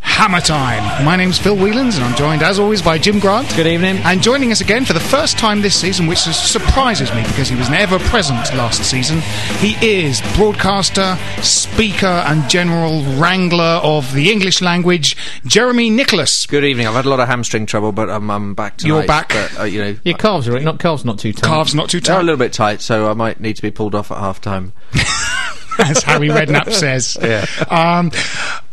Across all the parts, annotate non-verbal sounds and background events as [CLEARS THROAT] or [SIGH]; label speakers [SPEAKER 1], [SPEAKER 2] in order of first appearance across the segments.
[SPEAKER 1] Hammer Time. My name's Phil Whelans and I'm joined as always by Jim Grant.
[SPEAKER 2] Good evening.
[SPEAKER 1] And joining us again for the first time this season, which su- surprises me because he was never present last season, he is broadcaster, speaker, and general wrangler of the English language, Jeremy Nicholas.
[SPEAKER 2] Good evening. I've had a lot of hamstring trouble, but I'm, I'm back tonight.
[SPEAKER 1] You're back.
[SPEAKER 2] But, uh, you know,
[SPEAKER 3] Your calves are not calves not too tight.
[SPEAKER 1] Calves not too
[SPEAKER 2] they're a
[SPEAKER 1] tight,
[SPEAKER 2] little bit tight, so I might need to be pulled off at half time.
[SPEAKER 1] [LAUGHS] as Harry Redknapp says. Um,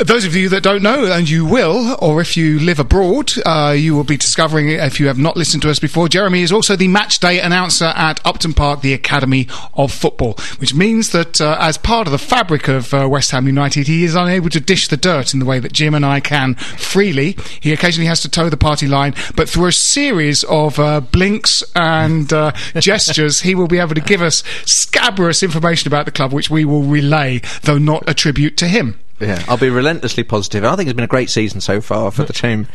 [SPEAKER 1] those of you that don't know, and you will, or if you live abroad, uh, you will be discovering it if you have not listened to us before. Jeremy is also the match day announcer at Upton Park, the Academy of Football, which means that uh, as part of the fabric of uh, West Ham United, he is unable to dish the dirt in the way that Jim and I can freely. He occasionally has to toe the party line, but through a series of uh, blinks and
[SPEAKER 2] [LAUGHS]
[SPEAKER 1] uh, gestures, he will be able to give us scabrous information about the club, which we will relay, though not attribute to him.
[SPEAKER 2] Yeah, I'll be relentlessly positive. I think it's been a great season so far for the team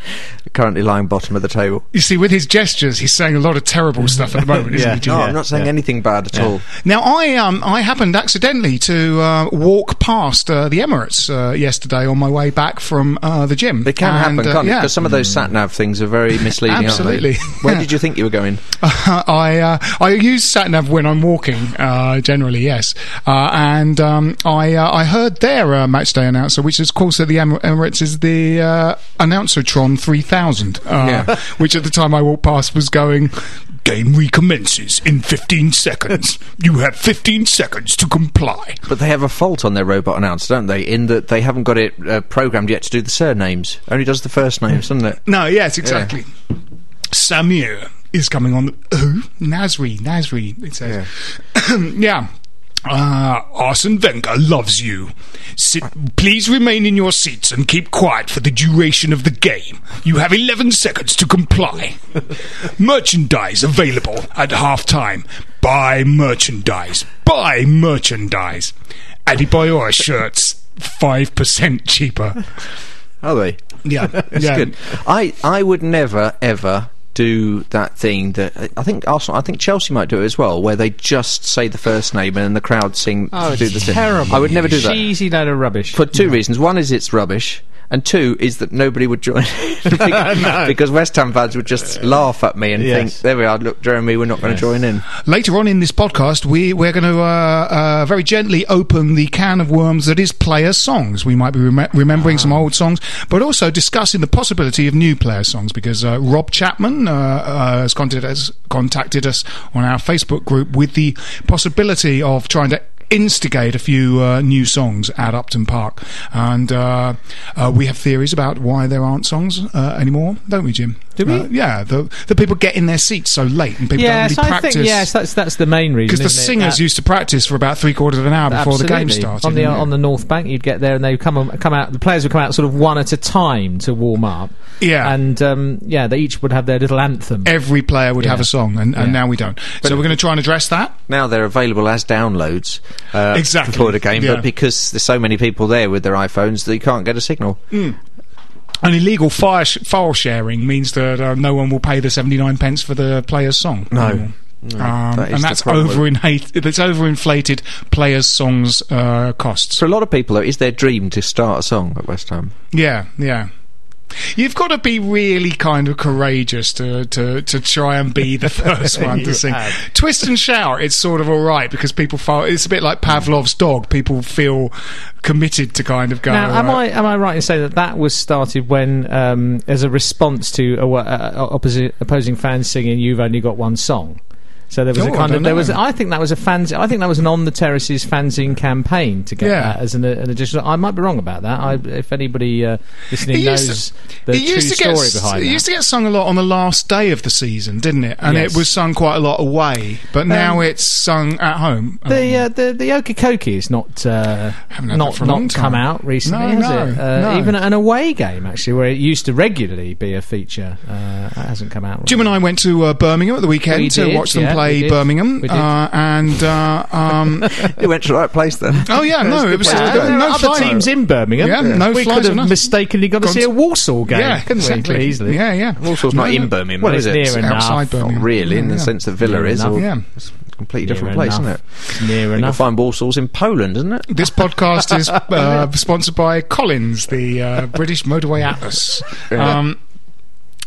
[SPEAKER 2] currently lying bottom of the table.
[SPEAKER 1] You see, with his gestures, he's saying a lot of terrible stuff at the moment, isn't he, Jim?
[SPEAKER 2] No, I'm not saying anything bad at all.
[SPEAKER 1] Now, I um, I happened accidentally to uh, walk past uh, the Emirates uh, yesterday on my way back from uh, the gym.
[SPEAKER 2] It can
[SPEAKER 1] And,
[SPEAKER 2] happen,
[SPEAKER 1] uh,
[SPEAKER 2] can't it?
[SPEAKER 1] yeah.
[SPEAKER 2] Because some of those sat nav things are very misleading. aren't they?
[SPEAKER 1] Absolutely.
[SPEAKER 2] [LAUGHS] Where did you think you were going?
[SPEAKER 1] [LAUGHS] I uh, I use sat nav when I'm walking. Uh, generally, yes. Uh, and um, I uh, I heard their uh, match day announcer, which is of course at the Emir- Emirates is the uh, Announcertron 3000, uh,
[SPEAKER 2] Yeah.
[SPEAKER 1] [LAUGHS] which at the time I walked past was going. Game recommences in 15 seconds. You have 15 seconds to comply.
[SPEAKER 2] But they have a fault on their robot announcer, don't they? In that they haven't got it uh, programmed yet to do the surnames. Only does the first names, doesn't it?
[SPEAKER 1] No, yes, exactly. Samir is coming on. The, who? Nasri, Nasri, it says. [COUGHS] Yeah. Uh, Arsene Wenger loves you. Sit, please remain in your seats and keep quiet for the duration of the game. You have 11 seconds to comply. merchandise available at half time. Buy merchandise. Buy merchandise. Adibayor shirts, 5% cheaper.
[SPEAKER 2] Are they?
[SPEAKER 1] Yeah.
[SPEAKER 2] [LAUGHS] It's
[SPEAKER 1] yeah.
[SPEAKER 2] good. I, I would never ever do that thing that I think Arsenal, I think Chelsea might do it as well, where they just say the first name and then the crowd sing.
[SPEAKER 3] Oh,
[SPEAKER 2] do
[SPEAKER 3] it's
[SPEAKER 2] the sing.
[SPEAKER 3] terrible.
[SPEAKER 2] I would never do that
[SPEAKER 3] Cheesy load of rubbish.
[SPEAKER 2] for two reasons. One is it's rubbish. And two is that nobody would join [LAUGHS] because, because West Ham fans would just laugh at me and think, "There we are, look, Jeremy, we're not going to join in."
[SPEAKER 1] Later on in this podcast, we, we're going to uh, uh, very gently open the can of worms that is player songs. We might be rem- remembering some old songs, but also discussing the possibility of new player songs because uh, Rob Chapman uh, uh, has contacted us, contacted us on our Facebook group with the possibility of trying to instigate a few uh, new songs at Upton Park. And uh, uh, we have theories about why there aren't songs uh, anymore, don't we, Jim?
[SPEAKER 3] Do we?
[SPEAKER 1] Uh, yeah, the, the people get in their seats so late and people
[SPEAKER 3] yes,
[SPEAKER 1] don't really
[SPEAKER 3] I
[SPEAKER 1] practice.
[SPEAKER 3] think yes, that's that's the main reason.
[SPEAKER 1] because the
[SPEAKER 3] isn't it?
[SPEAKER 1] singers
[SPEAKER 3] That-
[SPEAKER 1] used to practice for about three quarters of an hour before the game
[SPEAKER 3] Absolutely.
[SPEAKER 1] started.
[SPEAKER 3] on the
[SPEAKER 1] didn't
[SPEAKER 3] on
[SPEAKER 1] they?
[SPEAKER 3] the North Bank, you'd get there and they would come on- come out. The players would come out sort of one at a time to warm up.
[SPEAKER 1] Yeah.
[SPEAKER 3] and um, yeah, they each would have their little anthem.
[SPEAKER 1] Every player would have
[SPEAKER 3] Yeah.
[SPEAKER 1] a song, and, and
[SPEAKER 3] Yeah.
[SPEAKER 1] now we don't. so we're going to try and address that.
[SPEAKER 2] Now they're available as downloads uh,
[SPEAKER 1] Exactly.
[SPEAKER 2] before the game,
[SPEAKER 1] Yeah.
[SPEAKER 2] but because there's so many people there with their iPhones, that you can't get a signal.
[SPEAKER 1] And illegal fire sh- file sharing means that uh, no one will pay the seventy nine pence for the player's song. No. Um,
[SPEAKER 2] that is
[SPEAKER 1] and
[SPEAKER 2] the
[SPEAKER 1] that's
[SPEAKER 2] problem.
[SPEAKER 1] overinflated. That's overinflated players' songs uh, costs.
[SPEAKER 2] For a lot of people, though, it's their dream to start a song at West [LAUGHS] Ham.
[SPEAKER 1] Yeah, yeah. You've got to be really kind of courageous to, to, to try and be
[SPEAKER 3] [LAUGHS]
[SPEAKER 1] the first one to sing. Twist and shout, it's sort of all right because people feel it's a bit like Pavlov's dog. People feel committed to kind of go.
[SPEAKER 3] Now, am
[SPEAKER 1] uh,
[SPEAKER 3] I am I right in saying that that was started when, um, as a response to a, uh, opposite, opposing fans singing "You've only got one song," so there was
[SPEAKER 1] Oh,
[SPEAKER 3] a
[SPEAKER 1] I
[SPEAKER 3] kind
[SPEAKER 1] don't
[SPEAKER 3] of there was
[SPEAKER 1] know.
[SPEAKER 3] I think that was a fans I think that was an on the terraces fanzine campaign to get
[SPEAKER 1] Yeah.
[SPEAKER 3] that as an, an additional. I might be wrong about that. I, if anybody uh, listening
[SPEAKER 1] It used to-
[SPEAKER 3] knows the true story behind
[SPEAKER 1] it
[SPEAKER 3] that.
[SPEAKER 1] used to get sung a lot on the last day of the season, didn't it? And
[SPEAKER 3] Yes.
[SPEAKER 1] it was sung quite a lot away, but now it's sung at home. Um, a lot
[SPEAKER 3] Um, the
[SPEAKER 1] more.
[SPEAKER 3] uh, the the Okie is not uh,
[SPEAKER 1] Haven't had that
[SPEAKER 3] not
[SPEAKER 1] for a long
[SPEAKER 3] not
[SPEAKER 1] time.
[SPEAKER 3] come out recently,
[SPEAKER 1] No,
[SPEAKER 3] has
[SPEAKER 1] no,
[SPEAKER 3] it? Uh,
[SPEAKER 1] no.
[SPEAKER 3] Even at an away game, actually, where it used to regularly be a feature, uh, that hasn't come out.
[SPEAKER 1] Jim and I went to uh, Birmingham at the weekend
[SPEAKER 3] We
[SPEAKER 1] to
[SPEAKER 3] did,
[SPEAKER 1] watch them
[SPEAKER 3] yeah, we
[SPEAKER 1] play
[SPEAKER 3] did.
[SPEAKER 1] Birmingham,
[SPEAKER 3] We did.
[SPEAKER 1] uh, and uh, um,
[SPEAKER 2] You went to the right place then.
[SPEAKER 1] oh yeah, no, it was
[SPEAKER 3] Well,
[SPEAKER 1] there were
[SPEAKER 3] there are
[SPEAKER 1] no
[SPEAKER 3] other
[SPEAKER 1] flying-
[SPEAKER 3] teams in Birmingham.
[SPEAKER 1] Yeah, no
[SPEAKER 3] we
[SPEAKER 1] flies
[SPEAKER 3] could
[SPEAKER 1] on
[SPEAKER 3] have
[SPEAKER 1] us.
[SPEAKER 3] mistakenly gone to
[SPEAKER 1] Gone
[SPEAKER 3] see
[SPEAKER 1] to-
[SPEAKER 3] a Walsall game,
[SPEAKER 1] yeah,
[SPEAKER 3] couldn't
[SPEAKER 1] exactly.
[SPEAKER 3] we? Easily.
[SPEAKER 1] Yeah, yeah.
[SPEAKER 2] Walsall's
[SPEAKER 1] No,
[SPEAKER 2] not
[SPEAKER 1] no.
[SPEAKER 2] in Birmingham,
[SPEAKER 3] Well,
[SPEAKER 2] though,
[SPEAKER 3] it's
[SPEAKER 2] is it?
[SPEAKER 3] near
[SPEAKER 2] It's
[SPEAKER 3] enough.
[SPEAKER 1] outside
[SPEAKER 2] not
[SPEAKER 1] Birmingham.
[SPEAKER 2] really, in
[SPEAKER 1] Yeah,
[SPEAKER 2] the
[SPEAKER 1] yeah.
[SPEAKER 2] sense that Villa
[SPEAKER 3] Near
[SPEAKER 2] is,
[SPEAKER 3] enough.
[SPEAKER 2] or
[SPEAKER 1] Yeah.
[SPEAKER 2] it's a completely
[SPEAKER 3] Near
[SPEAKER 2] different place,
[SPEAKER 3] enough.
[SPEAKER 2] isn't it?
[SPEAKER 3] Near
[SPEAKER 2] You can
[SPEAKER 3] enough.
[SPEAKER 2] find Walsall's in Poland, isn't it?
[SPEAKER 1] This podcast is uh, sponsored by Collins, the uh, British motorway atlas. Um,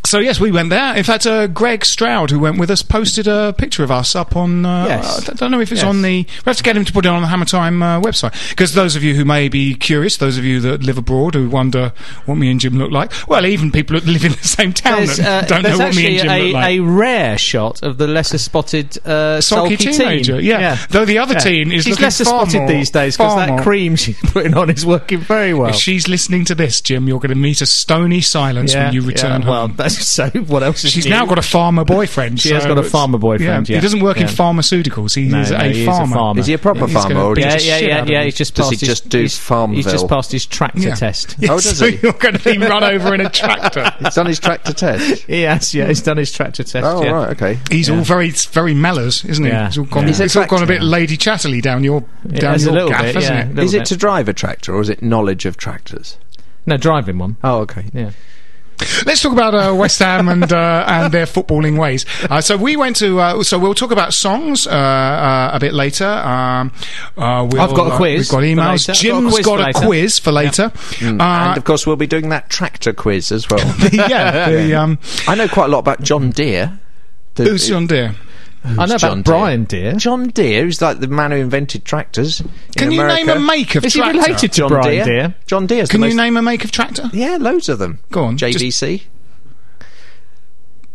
[SPEAKER 1] so yes, we went there. In fact, uh, Greg Stroud, who went with us, posted a picture of us up on. Uh,
[SPEAKER 3] Yes.
[SPEAKER 1] I don't know if it's
[SPEAKER 3] Yes.
[SPEAKER 1] on the. We have to get him to put it on the Hammer Time uh, website because those of you who may be curious, those of you that live abroad who wonder what me and Jim look like. Well, even people that live in the same town
[SPEAKER 3] There's,
[SPEAKER 1] that [LAUGHS]
[SPEAKER 3] uh,
[SPEAKER 1] don't know what
[SPEAKER 3] there's
[SPEAKER 1] me and Jim
[SPEAKER 3] actually a,
[SPEAKER 1] look like.
[SPEAKER 3] a rare shot of the lesser spotted uh,
[SPEAKER 1] Sulky
[SPEAKER 3] sulky,
[SPEAKER 1] teenager,
[SPEAKER 3] teen.
[SPEAKER 1] yeah. Though the other teen is
[SPEAKER 3] she's
[SPEAKER 1] looking
[SPEAKER 3] lesser
[SPEAKER 1] far
[SPEAKER 3] spotted
[SPEAKER 1] more-
[SPEAKER 3] these days
[SPEAKER 1] far
[SPEAKER 3] because that
[SPEAKER 1] more-
[SPEAKER 3] cream she's putting on is working very well.
[SPEAKER 1] If she's listening to this, Jim, you're going to meet a stony silence when you return
[SPEAKER 3] yeah, Well,
[SPEAKER 1] home.
[SPEAKER 3] that's so. What else? Is
[SPEAKER 1] She's
[SPEAKER 3] new?
[SPEAKER 1] now got a farmer boyfriend.
[SPEAKER 3] She has
[SPEAKER 1] so
[SPEAKER 3] got a
[SPEAKER 1] it's-
[SPEAKER 3] farmer boyfriend,
[SPEAKER 1] He
[SPEAKER 3] yeah.
[SPEAKER 1] doesn't work in
[SPEAKER 3] Yeah.
[SPEAKER 1] pharmaceuticals. He
[SPEAKER 3] No,
[SPEAKER 1] is,
[SPEAKER 3] no,
[SPEAKER 1] a,
[SPEAKER 3] he is a
[SPEAKER 1] farmer.
[SPEAKER 3] farmer.
[SPEAKER 2] Is he a proper
[SPEAKER 1] He's gonna
[SPEAKER 2] farmer, or
[SPEAKER 1] beat
[SPEAKER 2] is he
[SPEAKER 3] Yeah,
[SPEAKER 2] just
[SPEAKER 3] yeah,
[SPEAKER 1] shit
[SPEAKER 3] yeah,
[SPEAKER 1] out of
[SPEAKER 3] yeah.
[SPEAKER 1] him.
[SPEAKER 3] He's just
[SPEAKER 2] Does
[SPEAKER 3] passed
[SPEAKER 2] he just do
[SPEAKER 3] his, he's- He's
[SPEAKER 2] Farmville?
[SPEAKER 3] just passed his tractor
[SPEAKER 1] Yeah.
[SPEAKER 3] test.
[SPEAKER 1] Yeah,
[SPEAKER 2] Oh, does
[SPEAKER 1] so
[SPEAKER 2] he?
[SPEAKER 1] you're going to be run over in a tractor.
[SPEAKER 3] [LAUGHS]
[SPEAKER 2] It's on his tractor [LAUGHS] test.
[SPEAKER 3] He has, yeah. He's done his tractor test.
[SPEAKER 2] Oh,
[SPEAKER 3] yeah.
[SPEAKER 2] right, okay.
[SPEAKER 1] He's all very, very mellors, isn't he?
[SPEAKER 3] Yeah.
[SPEAKER 1] He's all gone,
[SPEAKER 3] Yeah.
[SPEAKER 1] He's
[SPEAKER 2] He's
[SPEAKER 1] all gone a bit
[SPEAKER 2] attractive.
[SPEAKER 1] Lady Chatterley down your
[SPEAKER 3] Yeah,
[SPEAKER 1] down
[SPEAKER 3] that's a
[SPEAKER 1] your
[SPEAKER 3] little
[SPEAKER 1] gaff,
[SPEAKER 3] bit,
[SPEAKER 1] isn't
[SPEAKER 3] yeah.
[SPEAKER 1] it?
[SPEAKER 3] Little
[SPEAKER 2] Is it
[SPEAKER 3] bit.
[SPEAKER 2] to drive a tractor, or is it knowledge of tractors?
[SPEAKER 3] No, driving one.
[SPEAKER 2] Oh, okay.
[SPEAKER 3] Yeah.
[SPEAKER 1] Let's talk about uh, West Ham and uh, and their footballing ways. Uh, so we went to. Uh, so we'll talk about songs uh, uh, a bit later. Um, uh, we'll,
[SPEAKER 3] I've got a
[SPEAKER 1] uh,
[SPEAKER 3] quiz
[SPEAKER 1] We've got
[SPEAKER 3] for
[SPEAKER 1] emails.
[SPEAKER 3] later. I've
[SPEAKER 1] Jim's got a quiz for later.
[SPEAKER 2] Mm. and
[SPEAKER 1] Uh,
[SPEAKER 2] of course, we'll be doing that tractor quiz as well.
[SPEAKER 1] [LAUGHS] yeah, the, um,
[SPEAKER 2] I know quite a lot about John Deere. The-
[SPEAKER 1] who's John Deere?
[SPEAKER 3] I know about
[SPEAKER 2] John
[SPEAKER 3] Brian Deere.
[SPEAKER 2] John Deere is like the man who invented tractors. in
[SPEAKER 1] Can you
[SPEAKER 2] America.
[SPEAKER 1] name a make of
[SPEAKER 3] Is he
[SPEAKER 1] tractor?
[SPEAKER 3] related to
[SPEAKER 2] John
[SPEAKER 3] Brian
[SPEAKER 2] Deere?
[SPEAKER 3] Deere?
[SPEAKER 2] John Deere's
[SPEAKER 1] Can
[SPEAKER 2] the
[SPEAKER 1] you
[SPEAKER 2] most-
[SPEAKER 1] name a make of tractor?
[SPEAKER 2] Yeah, loads of them.
[SPEAKER 1] Go on, just-
[SPEAKER 2] JVC.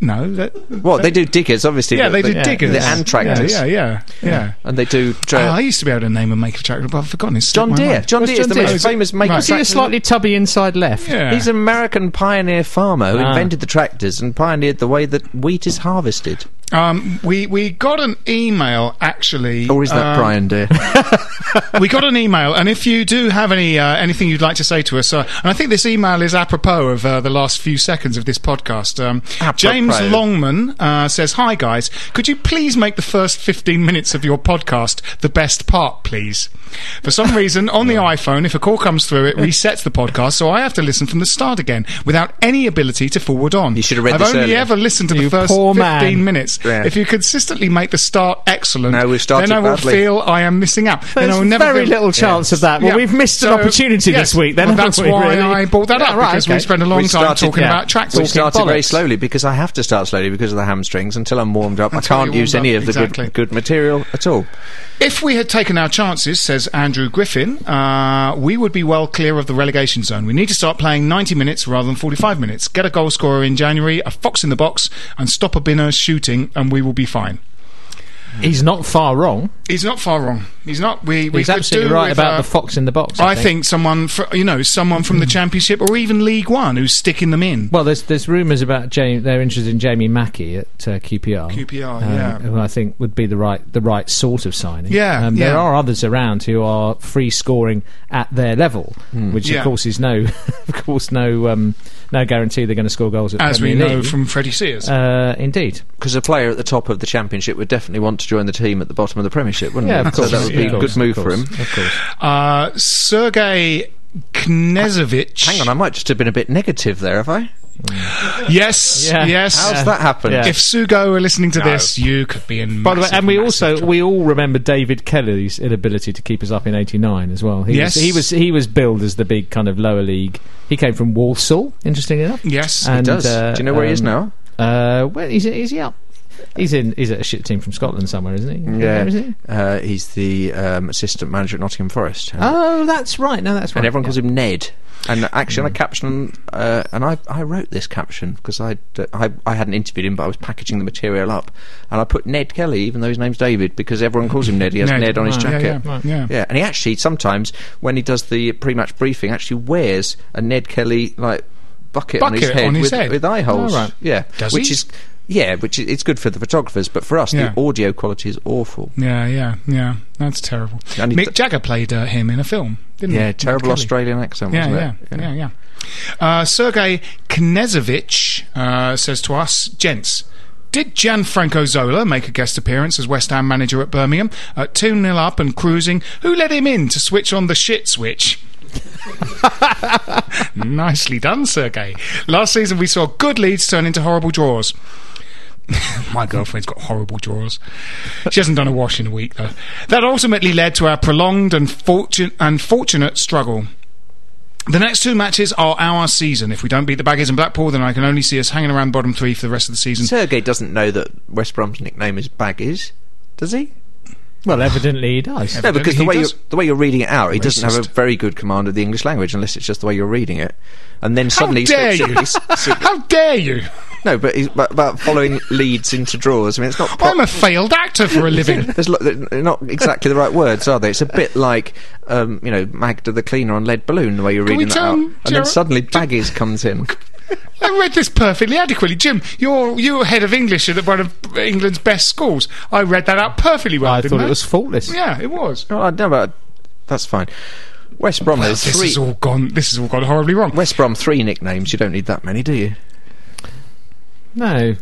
[SPEAKER 1] No. that-
[SPEAKER 2] Well, they do diggers, obviously.
[SPEAKER 1] yeah,
[SPEAKER 2] but-
[SPEAKER 1] they
[SPEAKER 2] but-
[SPEAKER 1] did diggers
[SPEAKER 2] the- and tractors.
[SPEAKER 1] Yeah, yeah, yeah. yeah.
[SPEAKER 2] And they do.
[SPEAKER 1] Oh,
[SPEAKER 2] Tra-
[SPEAKER 1] I used to be able to name a make of tractor, but I've forgotten. It's slipped
[SPEAKER 2] John
[SPEAKER 1] my
[SPEAKER 2] Deere.
[SPEAKER 1] mind.
[SPEAKER 2] John
[SPEAKER 3] What's
[SPEAKER 2] Deere is
[SPEAKER 3] John
[SPEAKER 2] the most
[SPEAKER 3] Deere?
[SPEAKER 2] famous maker.
[SPEAKER 1] Right.
[SPEAKER 2] of
[SPEAKER 3] Is he a
[SPEAKER 2] tractors.
[SPEAKER 3] slightly tubby inside left?
[SPEAKER 1] Yeah.
[SPEAKER 2] He's an American pioneer farmer who
[SPEAKER 3] Ah.
[SPEAKER 2] invented the tractors and pioneered the way that wheat is harvested.
[SPEAKER 1] Um, we we got an email actually.
[SPEAKER 2] Or is that
[SPEAKER 1] um,
[SPEAKER 2] Brian Deere?
[SPEAKER 1] [LAUGHS] we got an email, and if you do have any uh, anything you'd like to say to us, uh, and I think this email is apropos of uh, the last few seconds of this podcast. Um, James Longman uh, says, "Hi guys, could you please make the first fifteen minutes of your podcast the best part, please? For some reason, on the iPhone, if a call comes through, it resets the podcast, so I have to listen from the start again without any ability to forward on.
[SPEAKER 2] You should have read
[SPEAKER 1] I've
[SPEAKER 2] this
[SPEAKER 1] only
[SPEAKER 2] earlier.
[SPEAKER 1] ever listened to the
[SPEAKER 3] You
[SPEAKER 1] first
[SPEAKER 3] poor
[SPEAKER 1] fifteen
[SPEAKER 3] man.
[SPEAKER 1] minutes.
[SPEAKER 2] Yeah.
[SPEAKER 1] If you consistently make the start excellent,
[SPEAKER 2] No, we've started
[SPEAKER 1] then I will
[SPEAKER 2] badly.
[SPEAKER 1] feel I am missing out.
[SPEAKER 3] There's
[SPEAKER 1] Then I will never
[SPEAKER 3] very
[SPEAKER 1] be-
[SPEAKER 3] little chance of that. Well,
[SPEAKER 1] Yeah.
[SPEAKER 3] we've missed
[SPEAKER 1] So,
[SPEAKER 3] an opportunity
[SPEAKER 1] yes,
[SPEAKER 3] this week. Then
[SPEAKER 1] well,
[SPEAKER 3] haven't
[SPEAKER 1] that's
[SPEAKER 3] we,
[SPEAKER 1] why
[SPEAKER 3] really?
[SPEAKER 1] I brought that
[SPEAKER 3] Yeah,
[SPEAKER 1] up
[SPEAKER 3] right,
[SPEAKER 1] because we
[SPEAKER 3] okay.
[SPEAKER 1] spent a long
[SPEAKER 2] We
[SPEAKER 1] time
[SPEAKER 2] started-
[SPEAKER 1] talking
[SPEAKER 3] yeah.
[SPEAKER 1] about tracks.
[SPEAKER 2] we started very
[SPEAKER 3] bollocks.
[SPEAKER 2] slowly because I have to start slowly because of the hamstrings. Until I'm warmed up,
[SPEAKER 1] Until
[SPEAKER 2] I
[SPEAKER 1] you're
[SPEAKER 2] can't use
[SPEAKER 1] warmed
[SPEAKER 2] any
[SPEAKER 1] up,
[SPEAKER 2] of the
[SPEAKER 1] exactly.
[SPEAKER 2] good, good material at all.
[SPEAKER 1] If we had taken our chances, says Andrew Griffin, uh, we would be well clear of the relegation zone. We need to start playing 90 minutes rather than 45 minutes. Get a goal scorer in January, a fox in the box, and stop a binner shooting, and we will be fine.
[SPEAKER 3] He's not far wrong.
[SPEAKER 1] He's not far wrong. He's not. We we
[SPEAKER 3] He's
[SPEAKER 1] could
[SPEAKER 3] absolutely
[SPEAKER 1] do
[SPEAKER 3] right
[SPEAKER 1] with,
[SPEAKER 3] about
[SPEAKER 1] uh,
[SPEAKER 3] the fox in the box.
[SPEAKER 1] I think. someone, fr- you know, someone from the championship or even League One who's sticking them in.
[SPEAKER 3] Well, there's there's rumours about Jamie. They're interested in Jamie Mackey at uh, QPR.
[SPEAKER 1] QPR,
[SPEAKER 3] um,
[SPEAKER 1] yeah.
[SPEAKER 3] who I think would be the right the right sort of signing.
[SPEAKER 1] Yeah,
[SPEAKER 3] um, there
[SPEAKER 1] yeah.
[SPEAKER 3] are others around who are free scoring at their level,
[SPEAKER 2] Hmm.
[SPEAKER 3] which
[SPEAKER 1] Yeah.
[SPEAKER 3] of course is no, [LAUGHS] of course no, um, no guarantee they're going to score goals. At
[SPEAKER 1] as we
[SPEAKER 3] Premier
[SPEAKER 1] know
[SPEAKER 3] League.
[SPEAKER 1] from Freddie Sears.
[SPEAKER 3] E. uh, indeed.
[SPEAKER 2] Because a player at the top of the Championship would definitely want to join the team at the bottom of the Premiership, wouldn't
[SPEAKER 3] Yeah,
[SPEAKER 2] he?
[SPEAKER 3] of course.
[SPEAKER 2] So that would be
[SPEAKER 3] yeah,
[SPEAKER 2] a good
[SPEAKER 3] of course,
[SPEAKER 2] move
[SPEAKER 3] of
[SPEAKER 2] for him.
[SPEAKER 3] course, Of course.
[SPEAKER 1] Uh, Sergei Knezovich.
[SPEAKER 2] Hang on, I might just have been a bit negative there, have I?
[SPEAKER 1] Yes,
[SPEAKER 3] Yeah.
[SPEAKER 1] yes.
[SPEAKER 2] How's that happened?
[SPEAKER 3] Yeah.
[SPEAKER 1] If Sugo are listening to this, you could be in.
[SPEAKER 3] By the way,
[SPEAKER 1] massive,
[SPEAKER 3] and we
[SPEAKER 1] massive
[SPEAKER 3] also
[SPEAKER 1] trouble.
[SPEAKER 3] we all remember David Kelly's inability to keep us up in '89 as well. He
[SPEAKER 1] Yes.
[SPEAKER 3] was, he was he was billed as the big kind of lower league. He came from Walsall, interesting enough.
[SPEAKER 1] Yes.
[SPEAKER 3] And,
[SPEAKER 2] does.
[SPEAKER 3] uh,
[SPEAKER 2] Do you know where he is
[SPEAKER 3] um,
[SPEAKER 2] now?
[SPEAKER 3] Uh, well, is he, is he up? He's in. He's at a shit team from Scotland somewhere, isn't he? Where is he?
[SPEAKER 2] Uh, he's the um, assistant manager at Nottingham Forest. And,
[SPEAKER 3] Oh, that's right. No, that's right.
[SPEAKER 2] and everyone calls
[SPEAKER 3] yeah.
[SPEAKER 2] him Ned. And actually, on a caption, uh, and I, I wrote this caption because I, I, I hadn't interviewed him, but I was packaging the material up. And I put Ned Kelly, even though his name's David, because everyone calls him Ned. He has Ned, on his
[SPEAKER 1] Right,
[SPEAKER 2] jacket.
[SPEAKER 1] Ah, Yeah, yeah, yeah.
[SPEAKER 2] Yeah, and he actually sometimes when he does the pre-match briefing, actually wears a Ned Kelly like bucket, on his
[SPEAKER 1] Bucket
[SPEAKER 2] head,
[SPEAKER 1] on his
[SPEAKER 2] with,
[SPEAKER 1] head.
[SPEAKER 2] with eye holes.
[SPEAKER 1] Oh, right.
[SPEAKER 2] Yeah,
[SPEAKER 1] Does
[SPEAKER 2] which
[SPEAKER 1] he?
[SPEAKER 2] is yeah, which is, it's good for the photographers, but for us
[SPEAKER 1] Yeah.
[SPEAKER 2] the audio quality is awful.
[SPEAKER 1] Yeah, yeah, yeah. That's terrible.
[SPEAKER 2] And he
[SPEAKER 1] Mick
[SPEAKER 2] d-
[SPEAKER 1] Jagger played uh, him in a film, didn't he?
[SPEAKER 2] Yeah,
[SPEAKER 1] Mick
[SPEAKER 2] terrible
[SPEAKER 1] Kelly.
[SPEAKER 2] Australian accent,
[SPEAKER 1] Yeah,
[SPEAKER 2] wasn't
[SPEAKER 1] yeah,
[SPEAKER 2] it?
[SPEAKER 1] yeah, yeah. Uh, Sergei Knezovich uh, says to us, gents. Did Gianfranco Zola make a guest appearance as West Ham manager at Birmingham? At 2 0 up and cruising, who let him in to switch on the shit switch? [LAUGHS] Nicely done, Sergei. Last season, we saw good leads turn into horrible draws. My girlfriend's got horrible drawers. She hasn't done a wash in a week, though. That ultimately led to our prolonged and fortune- unfortunate struggle. The next two matches are our season. If we don't beat the Baggies and Blackpool, then I can only see us hanging around bottom three for the rest of the season.
[SPEAKER 2] Sergey doesn't know that West Brom's nickname is Baggies, does he?
[SPEAKER 3] Well, evidently he does.
[SPEAKER 2] No,
[SPEAKER 1] Evidently
[SPEAKER 2] because the
[SPEAKER 1] he
[SPEAKER 2] way
[SPEAKER 1] does.
[SPEAKER 2] you're, the way you're reading it out, he doesn't have a
[SPEAKER 1] Racist.
[SPEAKER 2] very good command of the English language, unless it's just the way you're reading it. And then
[SPEAKER 1] How
[SPEAKER 2] suddenly, he
[SPEAKER 1] dare
[SPEAKER 2] slips-
[SPEAKER 1] you!
[SPEAKER 2] he s-
[SPEAKER 1] [LAUGHS] How dare you!
[SPEAKER 2] no, but he's but, about following leads into draws. I mean, it's not.
[SPEAKER 1] I'm a failed actor for a
[SPEAKER 2] [LAUGHS]
[SPEAKER 1] living.
[SPEAKER 2] There's lo- they're not exactly the right words, are they? It's a bit like, um, you know, Magda the cleaner on Lead Balloon, the way you're
[SPEAKER 1] Can we
[SPEAKER 2] reading that
[SPEAKER 1] tell
[SPEAKER 2] out.
[SPEAKER 1] him,
[SPEAKER 2] And
[SPEAKER 1] Gerard-
[SPEAKER 2] then suddenly Baggies comes in.
[SPEAKER 1] I read this perfectly adequately, Jim. You're you're head of English at one of England's best schools. I read that out perfectly well.
[SPEAKER 3] I
[SPEAKER 1] didn't
[SPEAKER 3] thought it was faultless.
[SPEAKER 1] Yeah, it was.
[SPEAKER 2] Well, I don't know about- That's fine. West Brom has
[SPEAKER 1] This
[SPEAKER 2] three.
[SPEAKER 1] has all gone. This has all gone horribly wrong.
[SPEAKER 2] West Brom three nicknames. You don't need that many, do you?
[SPEAKER 3] No,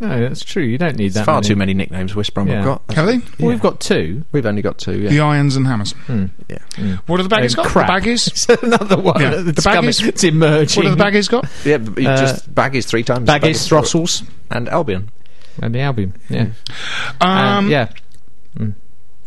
[SPEAKER 3] no, that's true. You don't need that.
[SPEAKER 2] Far
[SPEAKER 3] many.
[SPEAKER 2] too many nicknames West Brom
[SPEAKER 3] Yeah. Hmm.
[SPEAKER 2] have got.
[SPEAKER 1] Have they?
[SPEAKER 3] Well, We've got two. [LAUGHS]
[SPEAKER 2] We've only got two. Yeah.
[SPEAKER 1] The irons and hammers.
[SPEAKER 2] yeah.
[SPEAKER 1] What have the baggies
[SPEAKER 3] Um,
[SPEAKER 1] got?
[SPEAKER 3] crap.
[SPEAKER 1] The baggies.
[SPEAKER 3] [LAUGHS] It's another one.
[SPEAKER 1] Yeah.
[SPEAKER 3] that's
[SPEAKER 1] The baggies-
[SPEAKER 3] coming- It's emerging.
[SPEAKER 1] What have the baggies got?
[SPEAKER 2] Yeah, but you
[SPEAKER 3] Uh,
[SPEAKER 2] just Baggies three times.
[SPEAKER 3] Baggies,
[SPEAKER 2] Baggies-
[SPEAKER 3] throstles,
[SPEAKER 2] and Albion.
[SPEAKER 3] and the album. Yeah,
[SPEAKER 1] Um,
[SPEAKER 3] And- yeah.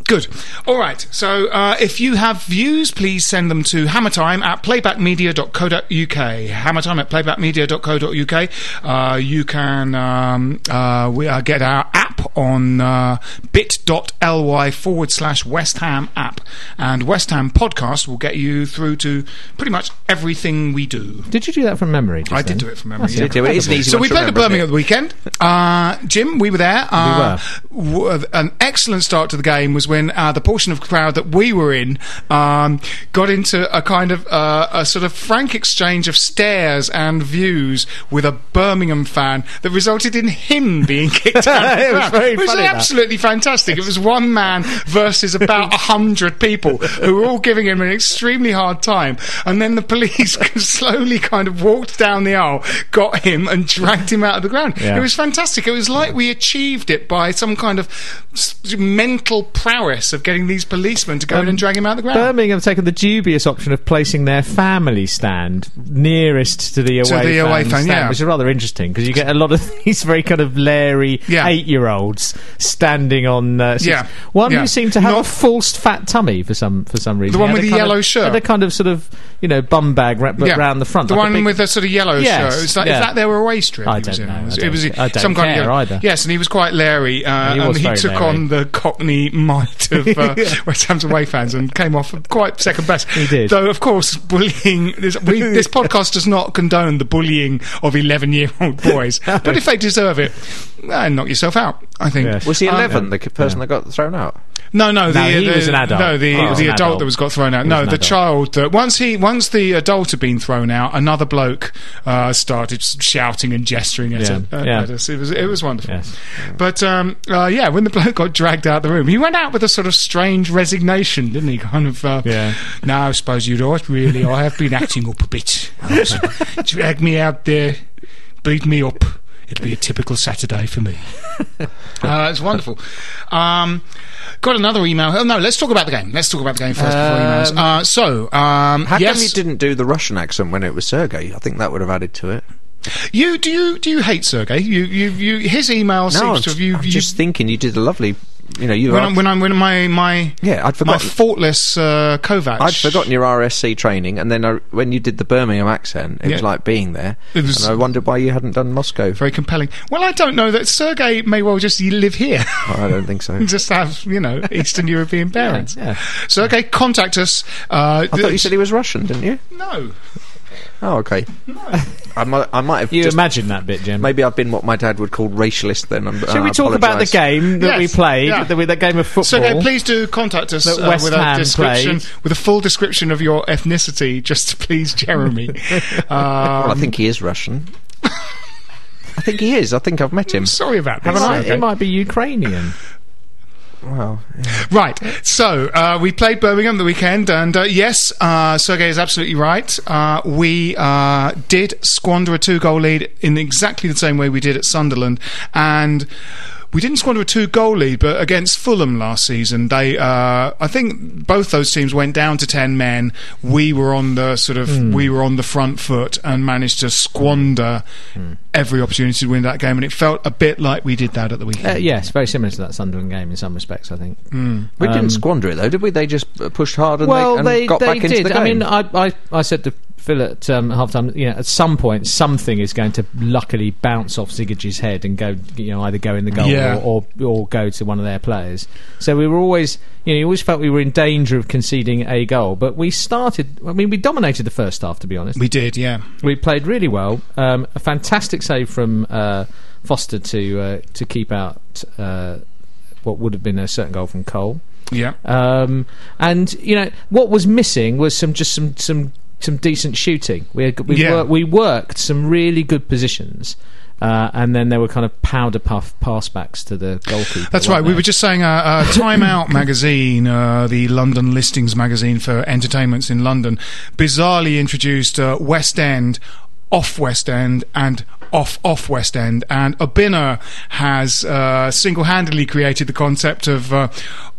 [SPEAKER 1] Good. All right. So uh, if you have views, please send them to hammertime at playbackmedia.co.uk. Hammertime at playbackmedia.co.uk. Uh, you can um, uh, we, uh, get our app on uh, bit.ly forward slash West Ham app. And West Ham podcast will get you through to pretty much everything we do.
[SPEAKER 3] Did you do that from memory? just
[SPEAKER 1] I did
[SPEAKER 3] then?
[SPEAKER 1] do it from memory.
[SPEAKER 3] That's
[SPEAKER 1] yeah.
[SPEAKER 2] It is an easy
[SPEAKER 1] So
[SPEAKER 2] one
[SPEAKER 1] we
[SPEAKER 2] to
[SPEAKER 1] played at
[SPEAKER 2] remember,
[SPEAKER 1] Birmingham at
[SPEAKER 2] isn't
[SPEAKER 1] the weekend. Uh, Jim, we were there. Uh, w- an excellent start to the game was when uh, the portion of crowd that we were in um, got into a kind of uh, a sort of frank exchange of stares and views with a Birmingham fan that resulted in him being kicked out.
[SPEAKER 3] It
[SPEAKER 1] of the
[SPEAKER 3] was
[SPEAKER 1] crowd,
[SPEAKER 3] very
[SPEAKER 1] which
[SPEAKER 3] funny,
[SPEAKER 1] was
[SPEAKER 3] that.
[SPEAKER 1] absolutely fantastic. It was one man versus about a hundred people who were all giving him an extremely hard time. And then the police [LAUGHS] slowly kind of walked down the aisle, got him, and dragged him out of the ground.
[SPEAKER 3] Yeah.
[SPEAKER 1] It was fantastic. It was like we achieved it by some kind of s- mental prowess of getting these policemen to go in and drag him out of the ground.
[SPEAKER 3] Birmingham have taken the dubious option of placing their family stand nearest to the away
[SPEAKER 1] To the away fan,
[SPEAKER 3] stand,
[SPEAKER 1] yeah.
[SPEAKER 3] which is rather interesting because you get a lot of [LAUGHS] these very kind of leery
[SPEAKER 1] Yeah.
[SPEAKER 3] eight-year-olds standing on. Uh, six-
[SPEAKER 1] Yeah.
[SPEAKER 3] one
[SPEAKER 1] Yeah.
[SPEAKER 3] who seemed to have
[SPEAKER 1] Not-
[SPEAKER 3] a false fat tummy for some for some reason.
[SPEAKER 1] The one
[SPEAKER 3] Had
[SPEAKER 1] with
[SPEAKER 3] a
[SPEAKER 1] the
[SPEAKER 3] kind of-
[SPEAKER 1] yellow shirt.
[SPEAKER 3] had a kind of sort of you know bum bag wrap, but
[SPEAKER 1] Yeah.
[SPEAKER 3] round the front.
[SPEAKER 1] The
[SPEAKER 3] like a
[SPEAKER 1] one
[SPEAKER 3] big-
[SPEAKER 1] with the sort of yellow
[SPEAKER 3] Yes,
[SPEAKER 1] shirt. It's like,
[SPEAKER 3] yeah.
[SPEAKER 1] Is that their away strip?
[SPEAKER 3] I
[SPEAKER 1] he was
[SPEAKER 3] don't
[SPEAKER 1] in?
[SPEAKER 3] know,
[SPEAKER 1] It was,
[SPEAKER 3] I
[SPEAKER 1] it was
[SPEAKER 3] don't- I don't
[SPEAKER 1] some kind of
[SPEAKER 3] care
[SPEAKER 1] yellow-
[SPEAKER 3] either.
[SPEAKER 1] Yes, and he was quite leery, uh,
[SPEAKER 3] He
[SPEAKER 1] and
[SPEAKER 3] was
[SPEAKER 1] he
[SPEAKER 3] very
[SPEAKER 1] took
[SPEAKER 3] leery.
[SPEAKER 1] on the Cockney
[SPEAKER 3] [LAUGHS]
[SPEAKER 1] might of uh, West Ham's away fans and came off quite second best.
[SPEAKER 3] He did.
[SPEAKER 1] Though, of course, bullying. This,
[SPEAKER 3] [LAUGHS]
[SPEAKER 1] we, this podcast does not condone the bullying of eleven-year-old boys, but if they deserve it, eh, knock yourself out. I think.
[SPEAKER 3] Yes.
[SPEAKER 2] Was he
[SPEAKER 1] Um,
[SPEAKER 2] 11, the person that got thrown out?
[SPEAKER 1] No, no, the,
[SPEAKER 3] he
[SPEAKER 1] the-
[SPEAKER 3] was an adult.
[SPEAKER 1] No, the,
[SPEAKER 3] He was
[SPEAKER 1] the
[SPEAKER 3] an
[SPEAKER 1] adult,
[SPEAKER 3] adult.
[SPEAKER 1] that was got thrown out.
[SPEAKER 3] He was
[SPEAKER 1] No,
[SPEAKER 3] an
[SPEAKER 1] the
[SPEAKER 3] adult.
[SPEAKER 1] child that once he once the adult had been thrown out, another bloke uh, started shouting and gesturing at, Uh,
[SPEAKER 3] Yeah.
[SPEAKER 1] it- at,
[SPEAKER 3] Yeah.
[SPEAKER 1] at us. It was it was wonderful.
[SPEAKER 3] Yes.
[SPEAKER 1] But um, uh, yeah, when the bloke got dragged out of the room, he went out with a sort of strange resignation, didn't he? Kind of. Uh,
[SPEAKER 3] Yeah.
[SPEAKER 1] No, I suppose you're right. Really, I have been acting up a bit. [LAUGHS] Drag me out there, beat me up. It'll be a typical Saturday for
[SPEAKER 2] [LAUGHS]
[SPEAKER 1] me. Uh, it's wonderful. Um, got another email. Oh, no, let's talk about the game. Let's talk about the game first before emails. Uh, so, um,
[SPEAKER 2] How
[SPEAKER 1] yes,
[SPEAKER 2] come you didn't do the Russian accent when it was Sergei? I think that would have added to it.
[SPEAKER 1] you do you do you hate Sergey? You you you. His email
[SPEAKER 2] No,
[SPEAKER 1] seems
[SPEAKER 2] I'm,
[SPEAKER 1] to have you.
[SPEAKER 2] I'm
[SPEAKER 1] you
[SPEAKER 2] just thinking you did a lovely. You know, you.
[SPEAKER 1] when
[SPEAKER 2] are-
[SPEAKER 1] I'm, when I'm when my my
[SPEAKER 2] Yeah, I'd
[SPEAKER 1] my
[SPEAKER 2] forgotten.
[SPEAKER 1] faultless uh, Kovacs.
[SPEAKER 2] I'd forgotten your RSC training, and then I, when you did the Birmingham accent, it was
[SPEAKER 1] Yeah.
[SPEAKER 2] like being there.
[SPEAKER 1] It was-
[SPEAKER 2] and I wondered why you hadn't done Moscow.
[SPEAKER 1] Very compelling. Well, I don't know that Sergey may well just live here. [LAUGHS]
[SPEAKER 2] I don't think so.
[SPEAKER 1] Just have you
[SPEAKER 2] [LAUGHS]
[SPEAKER 1] know Eastern European parents.
[SPEAKER 3] yeah.
[SPEAKER 1] Sergey, contact us. Uh,
[SPEAKER 2] I thought you said he was Russian, didn't you?
[SPEAKER 1] no. [LAUGHS]
[SPEAKER 2] Oh, okay. I might, I might have.
[SPEAKER 3] You
[SPEAKER 2] just,
[SPEAKER 3] imagine that bit, Jim.
[SPEAKER 2] maybe I've been what my dad would call racialist. Then. I'm,
[SPEAKER 3] Shall
[SPEAKER 2] I
[SPEAKER 3] we talk about the
[SPEAKER 2] apologise.
[SPEAKER 3] game
[SPEAKER 1] Yes,
[SPEAKER 3] that we played?
[SPEAKER 1] yeah.
[SPEAKER 3] That, we, that game of football.
[SPEAKER 1] Sergey, please do contact us
[SPEAKER 3] That
[SPEAKER 1] uh,
[SPEAKER 3] West
[SPEAKER 1] with a
[SPEAKER 3] Ham
[SPEAKER 1] description,
[SPEAKER 3] played.
[SPEAKER 1] with a full description of your ethnicity, just to please
[SPEAKER 2] [LAUGHS]
[SPEAKER 1] Jeremy. um,
[SPEAKER 2] Well, I think he
[SPEAKER 1] [LAUGHS]
[SPEAKER 2] is Russian. I think he is. I think I've met him.
[SPEAKER 1] sorry about this.
[SPEAKER 3] It might,
[SPEAKER 1] Sergey.
[SPEAKER 3] it might be Ukrainian.
[SPEAKER 2] Wow.
[SPEAKER 1] Right. So uh, we played Birmingham the weekend, and uh, yes, uh, Sergey is absolutely right. Uh, we uh, did squander a two-goal lead in exactly the same way we did at Sunderland, and. We didn't squander a two-goal lead, but against Fulham last season, they, uh, I think, both those teams went down to ten men. We were on the sort of, we were on the front foot and managed to squander every opportunity to win that game, and it felt a bit like we did that at the weekend.
[SPEAKER 3] Uh, yes, very similar to that Sunderland game in some respects, I think.
[SPEAKER 2] We didn't squander it though, did we? They just uh, pushed hard and,
[SPEAKER 3] Mm. Um, well,
[SPEAKER 2] they, and
[SPEAKER 3] they,
[SPEAKER 2] got
[SPEAKER 3] they
[SPEAKER 2] back
[SPEAKER 3] did.
[SPEAKER 2] into the game.
[SPEAKER 3] I mean, I, I, I said to Phil at um, halftime, you know, at some point, something is going to luckily bounce off Ziggage's head and go, you know, either go in the goal
[SPEAKER 1] Yeah.
[SPEAKER 3] or, or or go to one of their players. So we were always, you know, you always felt we were in danger of conceding a goal. But we started. I mean, we dominated the first half, to be honest.
[SPEAKER 1] We did, yeah.
[SPEAKER 3] We played really well. Um, a fantastic save from uh, Foster to uh, to keep out uh, what would have been a certain goal from Cole.
[SPEAKER 1] Yeah.
[SPEAKER 3] Um, and you know what was missing was some just some some some decent shooting. We had, we,
[SPEAKER 1] Yeah.
[SPEAKER 3] wor- we worked some really good positions. Uh, and then there were kind of powder puff pass backs to the goalkeeper.
[SPEAKER 1] That's right.
[SPEAKER 3] weren't
[SPEAKER 1] We
[SPEAKER 3] there?
[SPEAKER 1] were just saying uh, uh, Time Out magazine, uh, the London listings magazine for entertainments in London, bizarrely introduced uh, West End, off West End, and off off West End. And Obina has uh, single handedly created the concept of uh,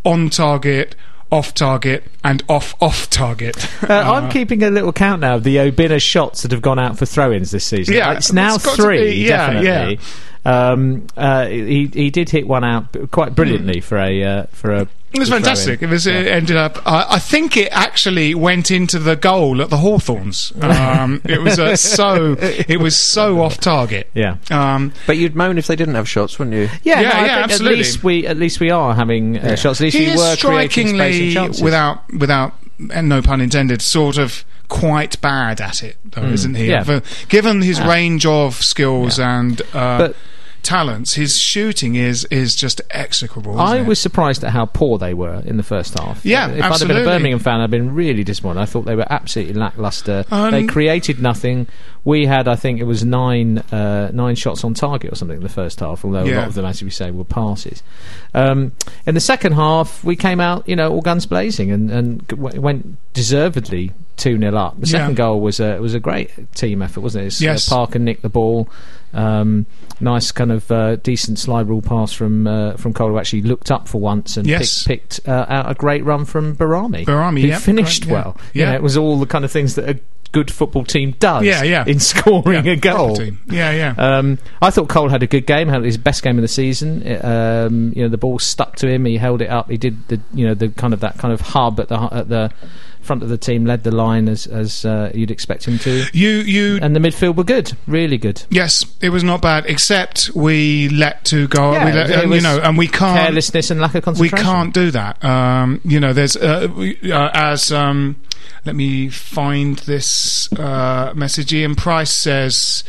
[SPEAKER 1] on target, off target, and off off target.
[SPEAKER 3] Uh, I'm keeping a little count now of the Obina shots that have gone out for throw-ins this season.
[SPEAKER 1] Yeah,
[SPEAKER 3] it's now
[SPEAKER 1] it's got to
[SPEAKER 3] three,
[SPEAKER 1] be- yeah,
[SPEAKER 3] definitely. Um, uh, he he did hit one out b- quite brilliantly for a uh, for a.
[SPEAKER 1] Hmm. It was fantastic. It was. It ended up. Uh, I think it actually went into the goal at the Hawthorns. Um, it was uh, so. It was so off target.
[SPEAKER 3] Yeah.
[SPEAKER 1] Um,
[SPEAKER 2] but you'd moan if they didn't have shots, wouldn't you?
[SPEAKER 1] Yeah,
[SPEAKER 3] Yeah, no, I
[SPEAKER 1] yeah,
[SPEAKER 3] think
[SPEAKER 1] absolutely.
[SPEAKER 3] At least we at least we are having uh, shots. At least
[SPEAKER 1] he
[SPEAKER 3] we
[SPEAKER 1] is
[SPEAKER 3] were creating space and
[SPEAKER 1] strikingly
[SPEAKER 3] chances.
[SPEAKER 1] without without and no pun intended sort of quite bad at it though isn't he
[SPEAKER 3] Hmm. yeah.
[SPEAKER 1] For- given his range of skills and uh,
[SPEAKER 3] But-
[SPEAKER 1] talents his shooting is is just execrable
[SPEAKER 3] I
[SPEAKER 1] isn't it?
[SPEAKER 3] was surprised at how poor they were in the first half.
[SPEAKER 1] Yeah,
[SPEAKER 3] if I'd have been
[SPEAKER 1] absolutely.
[SPEAKER 3] a Birmingham fan, I'd been really disappointed. I thought they were absolutely lackluster.
[SPEAKER 1] Um,
[SPEAKER 3] they created nothing. We had, I think, it was nine uh, nine shots on target or something in the first half. Although a
[SPEAKER 1] Yeah.
[SPEAKER 3] lot of them, as we say, were passes. Um, in the second half, we came out, you know, all guns blazing and and g- w- went deservedly two 0 up. The
[SPEAKER 1] Yeah.
[SPEAKER 3] second goal was a was a great team effort, wasn't it? It's, uh,
[SPEAKER 1] Yes.
[SPEAKER 3] Parker nicked the ball. Um, nice kind of uh, decent slide rule pass from uh, from Cole who actually looked up for once and
[SPEAKER 1] Yes.
[SPEAKER 3] picked, picked uh, out a great run from Barami.
[SPEAKER 1] Barami,
[SPEAKER 3] who
[SPEAKER 1] yeah,
[SPEAKER 3] finished
[SPEAKER 1] great, yeah.
[SPEAKER 3] well. You
[SPEAKER 1] Yeah.
[SPEAKER 3] know, it was all the kind of things that a good football team does.
[SPEAKER 1] Yeah, yeah.
[SPEAKER 3] in [LAUGHS] scoring
[SPEAKER 1] Yeah,
[SPEAKER 3] a goal.
[SPEAKER 1] proper team. yeah yeah
[SPEAKER 3] Um, I thought Cole had a good game, had his best game of the season. It, um, you know, the ball stuck to him. He held it up. He did the you know the kind of that kind of hub at the at the front of the team, led the line as as uh, you'd expect him to.
[SPEAKER 1] you you
[SPEAKER 3] And the midfield were good, really good.
[SPEAKER 1] Yes, it was not bad. Except we let two go.
[SPEAKER 3] Yeah,
[SPEAKER 1] we let,
[SPEAKER 3] it
[SPEAKER 1] and, you
[SPEAKER 3] was
[SPEAKER 1] know, and we can't
[SPEAKER 3] Carelessness and lack of
[SPEAKER 1] we
[SPEAKER 3] concentration.
[SPEAKER 1] can't do that. Um, you know, there's uh, we, uh, as um, let me find this uh, message. Ian Price says.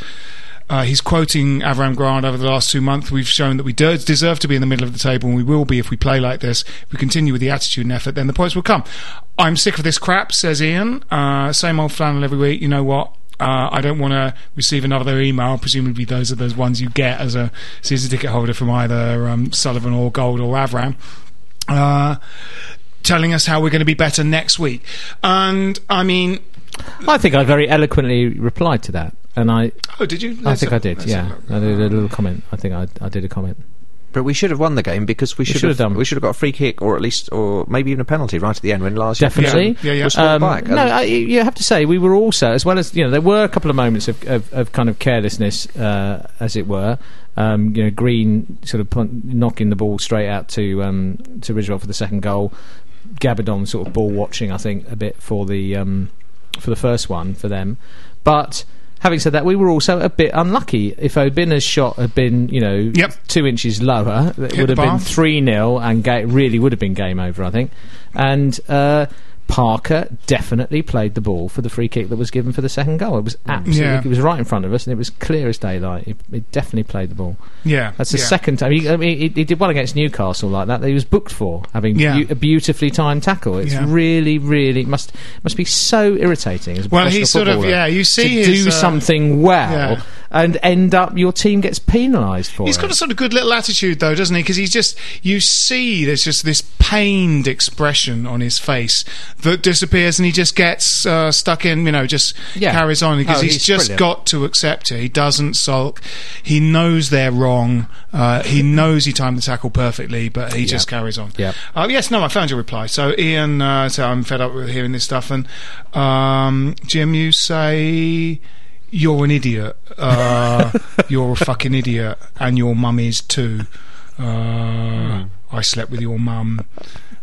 [SPEAKER 1] Uh, he's quoting Avram Grant over the last two months. We've shown that we de- deserve to be in the middle of the table, and we will be if we play like this. If we continue with the attitude and effort, then the points will come. I'm sick of this crap, says Ian. Uh, same old flannel every week. You know what? Uh, I don't want to receive another email. Presumably, those are those ones you get as a season ticket holder from either um, Sullivan or Gold or Avram. Uh, telling us how we're going to be better next week. And I mean,
[SPEAKER 3] I think I very eloquently replied to that, and I
[SPEAKER 1] oh, did you?
[SPEAKER 3] I
[SPEAKER 1] Let's
[SPEAKER 3] think
[SPEAKER 1] have-
[SPEAKER 3] I did.
[SPEAKER 1] let's
[SPEAKER 3] Yeah,
[SPEAKER 1] have a
[SPEAKER 3] I
[SPEAKER 1] look.
[SPEAKER 3] did a little comment. I think I I did a comment.
[SPEAKER 2] But we should have won the game because we should,
[SPEAKER 3] should
[SPEAKER 2] have,
[SPEAKER 3] have done.
[SPEAKER 2] we should have got a free kick or at least or maybe even a penalty right at the end when last
[SPEAKER 3] Definitely.
[SPEAKER 1] Yeah, yeah.
[SPEAKER 2] was scored
[SPEAKER 3] Um,
[SPEAKER 2] back.
[SPEAKER 3] No, I, you have to say we were also, as well as you know, there were a couple of moments of, of, of kind of carelessness, uh, as it were. Um, you know, Green sort of punt, knocking the ball straight out to um, to Ridgewell for the second goal. Gabardon sort of ball watching, I think, a bit for the um, for the first one for them. But having said that, we were also a bit unlucky. If Obina's shot had been, you know,
[SPEAKER 1] Yep.
[SPEAKER 3] two inches lower, it
[SPEAKER 1] Hit the
[SPEAKER 3] would have been
[SPEAKER 1] bar.
[SPEAKER 3] three 0 and ga- really would have been game over, I think. And uh, Parker definitely played the ball for the free kick that was given for the second goal. It was absolutely,
[SPEAKER 1] Yeah.
[SPEAKER 3] it was right in front of us, and it was clear as daylight. It, it definitely played the ball.
[SPEAKER 1] Yeah,
[SPEAKER 3] That's the
[SPEAKER 1] yeah.
[SPEAKER 3] second time. He, I mean, he, he did well against Newcastle like that. That he was booked for having
[SPEAKER 1] Yeah.
[SPEAKER 3] beau- a beautifully timed tackle. It's
[SPEAKER 1] Yeah.
[SPEAKER 3] really, really must must be so irritating. As a
[SPEAKER 1] Well,
[SPEAKER 3] professional
[SPEAKER 1] he's sort of-
[SPEAKER 3] footballer
[SPEAKER 1] yeah, you see
[SPEAKER 3] to
[SPEAKER 1] his,
[SPEAKER 3] do
[SPEAKER 1] uh,
[SPEAKER 3] something well
[SPEAKER 1] yeah.
[SPEAKER 3] and end up your team gets penalised for
[SPEAKER 1] He's
[SPEAKER 3] it.
[SPEAKER 1] got a sort of good little attitude, though, doesn't he? Because he's just, you see, there's just this pained expression on his face that disappears and he just gets uh, stuck in, you know, just
[SPEAKER 3] Yeah.
[SPEAKER 1] carries on because
[SPEAKER 3] Oh,
[SPEAKER 1] he's,
[SPEAKER 3] he's
[SPEAKER 1] just
[SPEAKER 3] brilliant.
[SPEAKER 1] got to accept it. He doesn't sulk. He knows they're wrong. Uh,
[SPEAKER 3] [LAUGHS]
[SPEAKER 1] he knows he timed the tackle perfectly, but he just carries on.
[SPEAKER 3] Yeah.
[SPEAKER 1] Uh, yes, no, I found your reply. So, Ian, uh, so I'm fed up with hearing this stuff. And um, Jim, you say you're an idiot.
[SPEAKER 3] [LAUGHS]
[SPEAKER 1] Uh, you're a fucking idiot, and your mum is too. Uh,
[SPEAKER 3] Hmm.
[SPEAKER 1] I slept with your mum.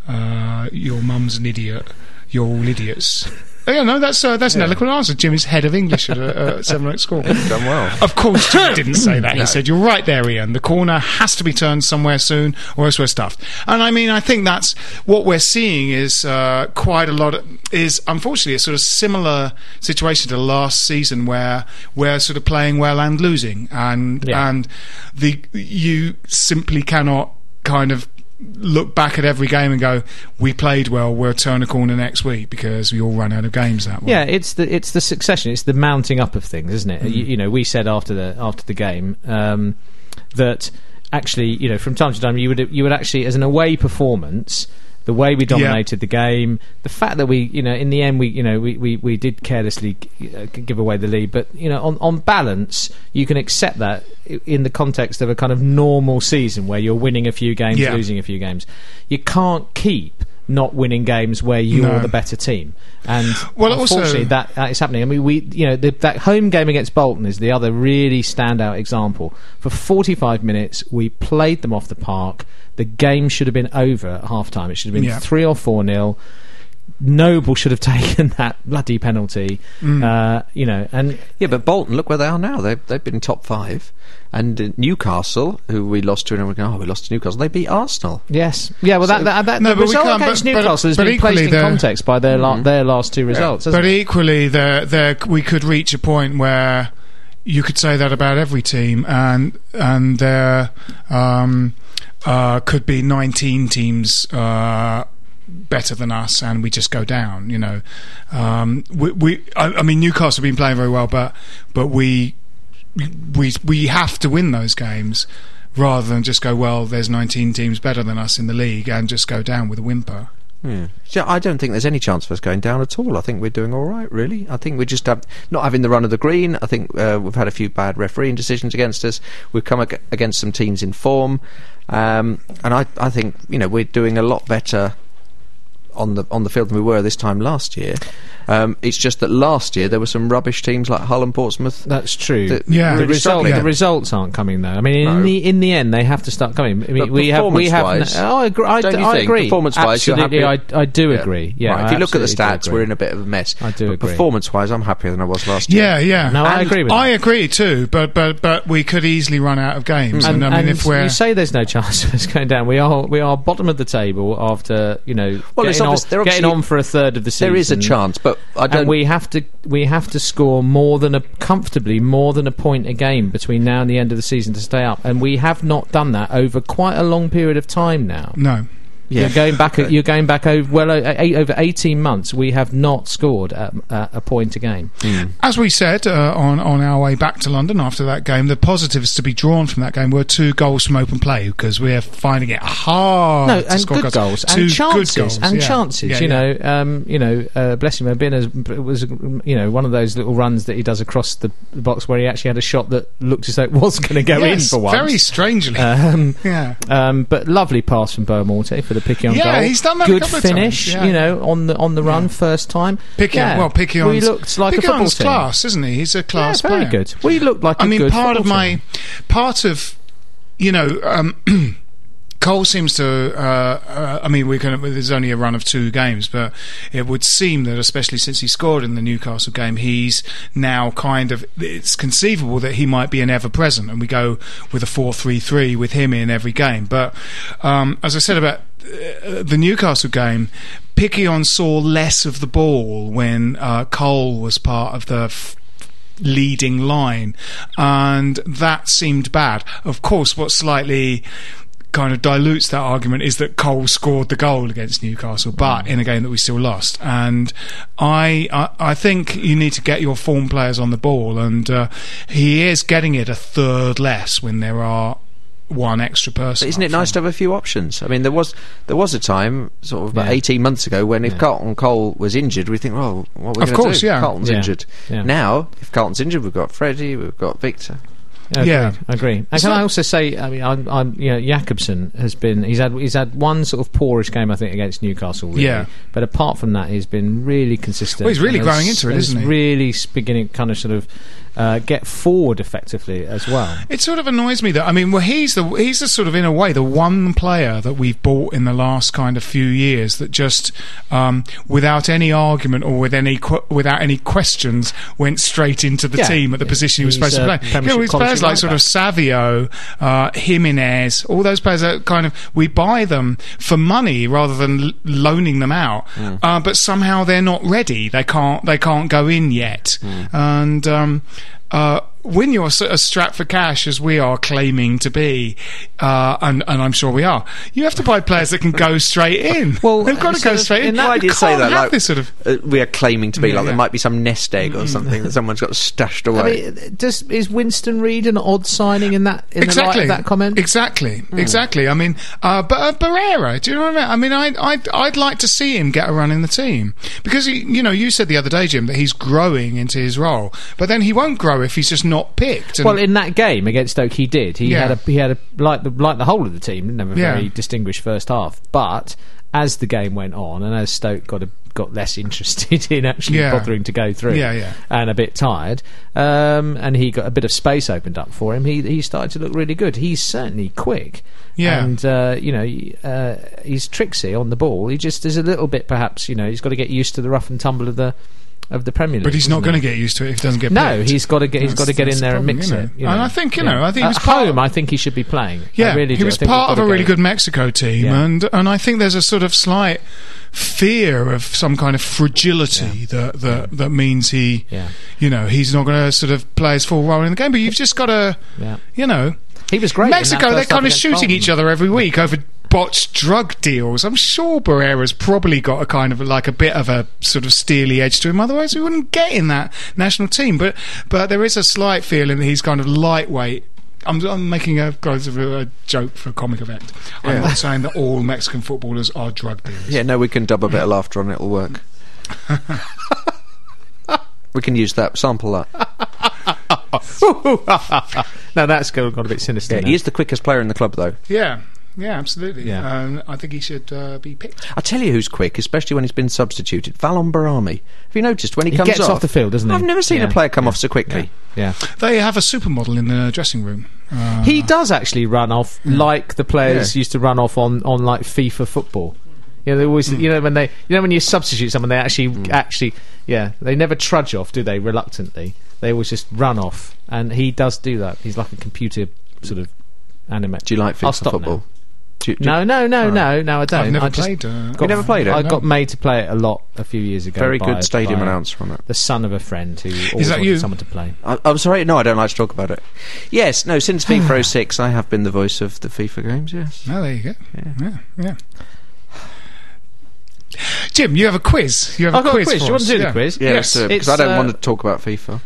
[SPEAKER 1] Uh, your mum's an idiot. You're all idiots. Oh, Yeah, no, that's uh, that's an eloquent answer. Jim is head of English at a, a seven-eight school.
[SPEAKER 2] done well.
[SPEAKER 1] Of course,
[SPEAKER 2] [LAUGHS]
[SPEAKER 1] Jim didn't say that. He said, "You're right there, Ian. The corner has to be turned somewhere soon, or else we're stuffed." And I mean, I think that's what we're seeing is uh, quite a lot. is unfortunately a sort of similar situation to last season, where we're sort of playing well and losing, and
[SPEAKER 3] Yeah.
[SPEAKER 1] and the you simply cannot kind of look back at every game and go, "We played well. We'll turn a corner next week," because we all run out of games that way.
[SPEAKER 3] Yeah, it's the it's the succession, it's the mounting up of things, isn't it?
[SPEAKER 1] Mm.
[SPEAKER 3] You, you know, we said after the after the game um, that actually, you know, from time to time, you would you would actually as an away performance. The way we dominated the game, the fact that we, you know, in the end, we, you know, we, we, we did carelessly uh, give away the lead, but you know, on, on balance, you can accept that i- in the context of a kind of normal season where you're winning a few games,
[SPEAKER 1] Yeah.
[SPEAKER 3] losing a few games. You can't keep not winning games where you're
[SPEAKER 1] No.
[SPEAKER 3] the better team, and
[SPEAKER 1] Well, it also-
[SPEAKER 3] unfortunately, that, that is happening. I mean, we you know the, that home game against Bolton is the other really standout example. For 45 minutes, we played them off the park. The game should have been over at half time. It should have been
[SPEAKER 1] Yeah.
[SPEAKER 3] three or four nil. Noble should have [LAUGHS] taken that bloody penalty.
[SPEAKER 1] Mm.
[SPEAKER 3] Uh, you know, and
[SPEAKER 2] Yeah, but Bolton, look where they are now. They've, they've been top five. And uh, Newcastle, who we lost to, and everyone go, oh, we lost to Newcastle. They beat Arsenal.
[SPEAKER 3] yes, yeah. Well, that, that, that
[SPEAKER 1] No,
[SPEAKER 3] the
[SPEAKER 1] but we
[SPEAKER 3] result
[SPEAKER 1] can't-
[SPEAKER 3] against
[SPEAKER 1] but- but-
[SPEAKER 3] Newcastle has
[SPEAKER 1] but
[SPEAKER 3] been placed
[SPEAKER 1] equally
[SPEAKER 3] in
[SPEAKER 1] the-
[SPEAKER 3] context by their la- their last two results. hasn't
[SPEAKER 1] But
[SPEAKER 3] it?
[SPEAKER 1] equally, there, there, we could reach a point where you could say that about every team, and and there um, uh, could be 19 teams uh, better than us, and we just go down. You know, um, we, we I, I mean, Newcastle have been playing very well, but but we we we have to win those games. Rather than just go, well, there's 19 teams better than us in the league, and just go down with a whimper.
[SPEAKER 2] Yeah, I don't think there's any chance of us going down at all. I think we're doing all right, really. I think we're just have, not having the run of the green. I think uh, we've had a few bad refereeing decisions against us. We've come ag- against some teams in form, um, and I, I think you know we're doing a lot better on the on the field than we were this time last year. Um, it's just that last year there were some rubbish teams like Hull and Portsmouth.
[SPEAKER 3] That's true.
[SPEAKER 2] that
[SPEAKER 1] Yeah.
[SPEAKER 3] the,
[SPEAKER 2] really
[SPEAKER 3] result,
[SPEAKER 2] struggling.
[SPEAKER 1] yeah.
[SPEAKER 3] the results aren't coming though. I mean, in
[SPEAKER 2] No.
[SPEAKER 3] the in the end, they have to start coming. I mean,
[SPEAKER 2] But
[SPEAKER 3] we have we have.
[SPEAKER 2] performance-wise,
[SPEAKER 3] oh, I agree. I,
[SPEAKER 2] don't
[SPEAKER 3] d-
[SPEAKER 2] you
[SPEAKER 3] I
[SPEAKER 2] think?
[SPEAKER 3] agree.
[SPEAKER 2] Performance-wise, you're
[SPEAKER 3] absolutely. I,
[SPEAKER 2] happy?
[SPEAKER 3] I do agree. Yeah.
[SPEAKER 2] Right,
[SPEAKER 3] I
[SPEAKER 2] if you look at the
[SPEAKER 3] absolutely do
[SPEAKER 2] stats, we're in
[SPEAKER 3] agree.
[SPEAKER 2] a bit of a mess.
[SPEAKER 3] I do
[SPEAKER 2] But
[SPEAKER 3] agree.
[SPEAKER 2] Performance-wise, I'm happier than I was last year.
[SPEAKER 1] Yeah, yeah.
[SPEAKER 3] No, I
[SPEAKER 1] And
[SPEAKER 3] agree with
[SPEAKER 1] I
[SPEAKER 3] that.
[SPEAKER 1] agree too, but but but we could easily run out of games. And,
[SPEAKER 3] Mm. And,
[SPEAKER 1] I mean,
[SPEAKER 3] and
[SPEAKER 1] if we're
[SPEAKER 3] [LAUGHS] you say there's no chance of us going down, we are we are bottom of the table after you know.
[SPEAKER 2] Well, it's
[SPEAKER 3] getting getting on,
[SPEAKER 2] obvious- they're
[SPEAKER 3] getting
[SPEAKER 2] obviously-
[SPEAKER 3] on for a third of the season.
[SPEAKER 2] There is a chance, but I don't.
[SPEAKER 3] and we have to we have to score more than a comfortably more than a point a game between now and the end of the season to stay up. And we have not done that over quite a long period of time now.
[SPEAKER 1] No.
[SPEAKER 2] yeah.
[SPEAKER 3] You're going back.
[SPEAKER 1] [LAUGHS]
[SPEAKER 3] You're going back over well o- eight, over eighteen months. We have not scored a, a, a point a game.
[SPEAKER 1] As we said uh, on on our way back to London after that game, the positives to be drawn from that game were two goals from open play because we're finding it hard
[SPEAKER 3] no,
[SPEAKER 1] to
[SPEAKER 3] and
[SPEAKER 1] score
[SPEAKER 3] good goals,
[SPEAKER 1] Two
[SPEAKER 3] and chances
[SPEAKER 1] good goals,
[SPEAKER 3] and
[SPEAKER 1] yeah.
[SPEAKER 3] chances.
[SPEAKER 1] Yeah,
[SPEAKER 3] you
[SPEAKER 1] yeah.
[SPEAKER 3] know, um, you know, uh, bless him, Obina was you know one of those little runs that he does across the box where he actually had a shot that looked as though it [LAUGHS] was going to go
[SPEAKER 1] Yes,
[SPEAKER 3] in for once.
[SPEAKER 1] very strangely.
[SPEAKER 3] um,
[SPEAKER 1] yeah.
[SPEAKER 3] Um, but lovely pass from Beaumonte for the picky on
[SPEAKER 1] Yeah,
[SPEAKER 3] goal.
[SPEAKER 1] he's done that a
[SPEAKER 3] Good
[SPEAKER 1] couple of
[SPEAKER 3] finish,
[SPEAKER 1] times, yeah.
[SPEAKER 3] you know, on the on the run first time.
[SPEAKER 1] Picky,
[SPEAKER 3] Yeah.
[SPEAKER 1] well, Picky on.
[SPEAKER 3] We looked like a football team.
[SPEAKER 1] class, isn't he? He's a class
[SPEAKER 3] yeah, very
[SPEAKER 1] player.
[SPEAKER 3] good. We looked like.
[SPEAKER 1] I
[SPEAKER 3] a
[SPEAKER 1] mean,
[SPEAKER 3] good
[SPEAKER 1] part of
[SPEAKER 3] football
[SPEAKER 1] my,
[SPEAKER 3] team.
[SPEAKER 1] part of, you know, um, [CLEARS THROAT] Cole seems to. Uh, uh, I mean, we're going. to There's only a run of two games, but it would seem that, especially since he scored in the Newcastle game, he's now kind of. It's conceivable that he might be an ever-present, and we go with a four-three-three with him in every game. But um, as I said about uh, the Newcastle game, Picquion saw less of the ball when uh, Cole was part of the. F- leading line, and that seemed bad. Of course, what slightly kind of dilutes that argument is that Cole scored the goal against Newcastle,
[SPEAKER 2] Mm.
[SPEAKER 1] but in a game that we still lost. And I, I, I think you need to get your form players on the ball, and uh, he is getting it a third less when there are one extra person.
[SPEAKER 2] But isn't it nice to have a few options? I mean, there was there was a time, sort of about
[SPEAKER 3] Yeah.
[SPEAKER 2] eighteen months ago, when if Carlton Cole was injured, we think, well, what are we
[SPEAKER 1] Of
[SPEAKER 2] going
[SPEAKER 1] course,
[SPEAKER 2] do?
[SPEAKER 1] yeah.
[SPEAKER 2] Carlton's
[SPEAKER 3] Yeah.
[SPEAKER 2] injured.
[SPEAKER 3] Yeah.
[SPEAKER 2] Now, if Carlton's injured, we've got Freddie, we've got Victor.
[SPEAKER 3] Agreed,
[SPEAKER 1] Yeah.
[SPEAKER 3] agree. And
[SPEAKER 1] It's
[SPEAKER 3] can
[SPEAKER 1] not-
[SPEAKER 3] I also say? I mean, I'm, I'm, you know, Jakobsen has been. He's had he's had one sort of poorish game, I think, against Newcastle. Really.
[SPEAKER 1] Yeah.
[SPEAKER 3] But apart from that, he's been really consistent.
[SPEAKER 1] Well, he's really
[SPEAKER 3] and
[SPEAKER 1] growing
[SPEAKER 3] has-
[SPEAKER 1] into it,
[SPEAKER 3] and
[SPEAKER 1] isn't
[SPEAKER 3] has
[SPEAKER 1] he?
[SPEAKER 3] Really s- beginning to kind of sort of uh, get forward effectively as well.
[SPEAKER 1] It sort of annoys me that I mean, well, he's the he's the sort of in a way the one player that we've bought in the last kind of few years that just, um, without any argument or with any qu- without any questions, went straight into the
[SPEAKER 3] Yeah.
[SPEAKER 1] team at the
[SPEAKER 3] Yeah.
[SPEAKER 1] position he was
[SPEAKER 3] He's,
[SPEAKER 1] supposed to
[SPEAKER 3] uh,
[SPEAKER 1] play.
[SPEAKER 3] Premiership
[SPEAKER 1] Yeah, with
[SPEAKER 3] quality
[SPEAKER 1] players like
[SPEAKER 3] right
[SPEAKER 1] sort
[SPEAKER 3] back.
[SPEAKER 1] of Savio, uh, Jimenez, all those players that kind of we buy them for money rather than l- loaning them out, uh, but somehow they're not ready. They can't they can't go in yet, and. Um, uh, when you're s- as strapped for cash as we are claiming to be, uh, and, and I'm sure we are, you have to buy players that can go straight in. [LAUGHS]
[SPEAKER 3] Well,
[SPEAKER 1] they've got to
[SPEAKER 3] instead
[SPEAKER 1] go
[SPEAKER 3] of-
[SPEAKER 1] straight in.
[SPEAKER 3] in that-
[SPEAKER 2] Why
[SPEAKER 1] you
[SPEAKER 2] do you say
[SPEAKER 1] can't
[SPEAKER 2] that?
[SPEAKER 1] have
[SPEAKER 2] Like,
[SPEAKER 1] this sort of
[SPEAKER 2] uh, we are claiming to be
[SPEAKER 1] Yeah,
[SPEAKER 2] like
[SPEAKER 1] yeah.
[SPEAKER 2] there might be some nest egg or something that someone's got stashed away.
[SPEAKER 3] I mean, does is Winston Reed an odd signing in that in the light of that comment? Mm.
[SPEAKER 1] Exactly, exactly. I mean, uh, but uh, Barrera, do you know what I mean? I mean, I, I'd, I'd like to see him get a run in the team because he, you know, you said the other day, Jim, that he's growing into his role, but then he won't grow if he's just not picked. And
[SPEAKER 3] Well, in that game against Stoke, he did. He
[SPEAKER 1] Yeah.
[SPEAKER 3] had a he had a like the like the whole of the team didn't have a
[SPEAKER 1] Yeah.
[SPEAKER 3] very distinguished first half. But as the game went on, and as Stoke got a, got less [LAUGHS] interested in actually
[SPEAKER 1] Yeah.
[SPEAKER 3] bothering to go through,
[SPEAKER 1] Yeah, yeah.
[SPEAKER 3] and a bit tired, um, and he got a bit of space opened up for him. He he started to look really good. He's certainly quick.
[SPEAKER 1] Yeah.
[SPEAKER 3] and uh, you know uh, he's tricksy on the ball. He just is a little bit, perhaps. You know, he's got to get used to the rough and tumble of the of the Premier League.
[SPEAKER 1] but he's not
[SPEAKER 3] isn't he?
[SPEAKER 1] going to get used to it if he doesn't get.
[SPEAKER 3] No,
[SPEAKER 1] picked.
[SPEAKER 3] he's got to get. He's
[SPEAKER 1] That's-
[SPEAKER 3] got to get
[SPEAKER 1] that's
[SPEAKER 3] in
[SPEAKER 1] the
[SPEAKER 3] there and
[SPEAKER 1] problem,
[SPEAKER 3] mix
[SPEAKER 1] isn't
[SPEAKER 3] it.
[SPEAKER 1] it?
[SPEAKER 3] you know.
[SPEAKER 1] And I think, you know, I think he
[SPEAKER 3] at
[SPEAKER 1] was part-
[SPEAKER 3] home. I think he should be playing. I
[SPEAKER 1] Yeah,
[SPEAKER 3] really
[SPEAKER 1] he
[SPEAKER 3] do. I
[SPEAKER 1] was
[SPEAKER 3] think we've
[SPEAKER 1] part
[SPEAKER 3] got
[SPEAKER 1] of
[SPEAKER 3] to
[SPEAKER 1] a
[SPEAKER 3] get
[SPEAKER 1] really
[SPEAKER 3] him.
[SPEAKER 1] good Mexico team,
[SPEAKER 3] Yeah.
[SPEAKER 1] and and I think there's a sort of slight fear of some kind of fragility that that that means he,
[SPEAKER 3] Yeah.
[SPEAKER 1] you know, he's not going to sort of play his full role in the game. But you've just got to,
[SPEAKER 3] Yeah.
[SPEAKER 1] you know,
[SPEAKER 3] He was great. in that
[SPEAKER 1] Mexico,
[SPEAKER 3] first
[SPEAKER 1] they're
[SPEAKER 3] half
[SPEAKER 1] kind of
[SPEAKER 3] against
[SPEAKER 1] shooting
[SPEAKER 3] Bolton.
[SPEAKER 1] each
[SPEAKER 3] [LAUGHS]
[SPEAKER 1] [LAUGHS] other every week over botched drug deals. I'm sure Barrera's probably got a kind of like a bit of a sort of steely edge to him. Otherwise, we wouldn't get in that national team. But but there is a slight feeling that he's kind of lightweight. I'm, I'm making a kind of a joke for comic effect. I'm not saying that all Mexican footballers are drug dealers.
[SPEAKER 2] yeah, no, we can dub a bit of laughter on it. It'll
[SPEAKER 3] [LAUGHS]
[SPEAKER 2] work. we can use that sample that.
[SPEAKER 3] no, that's got got a bit sinister.
[SPEAKER 2] Yeah,
[SPEAKER 3] now.
[SPEAKER 2] he is the quickest player in the club, though.
[SPEAKER 1] Yeah, yeah, absolutely.
[SPEAKER 3] Yeah.
[SPEAKER 1] Um, I think he should uh, be picked.
[SPEAKER 2] I tell you who's quick, especially when he's been substituted. Valon Barami. Have you noticed when he,
[SPEAKER 3] He
[SPEAKER 2] comes
[SPEAKER 3] gets off the field, doesn't he?
[SPEAKER 2] I've never seen
[SPEAKER 3] Yeah.
[SPEAKER 2] a player come off so quickly.
[SPEAKER 3] yeah.
[SPEAKER 1] They have a supermodel in the dressing room. Uh,
[SPEAKER 3] He does actually run off like the players
[SPEAKER 2] Hmm. Yeah.
[SPEAKER 3] used to run off on, on like FIFA football. You know, they always,
[SPEAKER 2] Hmm.
[SPEAKER 3] you know, when they, you know, when you substitute someone, they actually, actually, yeah, they never trudge off, do they? Reluctantly, they always just run off, and he does do that. He's like a computer sort of animate.
[SPEAKER 2] Do you like
[SPEAKER 3] I'll
[SPEAKER 2] FIFA
[SPEAKER 3] stop
[SPEAKER 2] football?
[SPEAKER 3] now.
[SPEAKER 2] Do- do-
[SPEAKER 3] No, no, no,
[SPEAKER 2] Oh.
[SPEAKER 3] no, no. I don't.
[SPEAKER 1] I've never
[SPEAKER 3] I just
[SPEAKER 1] played, uh,
[SPEAKER 2] You never played it?
[SPEAKER 3] I
[SPEAKER 2] No.
[SPEAKER 3] got made to play it a lot a few years ago.
[SPEAKER 2] Very
[SPEAKER 3] by-
[SPEAKER 2] good stadium
[SPEAKER 3] by
[SPEAKER 2] announcer on it.
[SPEAKER 3] The son of a friend who always
[SPEAKER 1] that
[SPEAKER 3] wanted
[SPEAKER 1] you?
[SPEAKER 3] someone to play.
[SPEAKER 2] I, I'm sorry, no, I don't like to talk about it. Yes, no,
[SPEAKER 3] [SIGHS]
[SPEAKER 2] since FIFA 06, I have been the voice of the FIFA games, yes.
[SPEAKER 1] Oh, there you go. Yeah, yeah. Jim, you have a quiz. You have
[SPEAKER 3] I've
[SPEAKER 1] a
[SPEAKER 3] got
[SPEAKER 1] quiz.
[SPEAKER 3] a quiz.
[SPEAKER 1] for
[SPEAKER 3] Do you want
[SPEAKER 1] us.
[SPEAKER 3] to do
[SPEAKER 1] yeah.
[SPEAKER 3] the quiz?
[SPEAKER 2] Yeah, let's do it, because I
[SPEAKER 3] It's,
[SPEAKER 2] don't
[SPEAKER 3] uh,
[SPEAKER 2] want to talk about FIFA.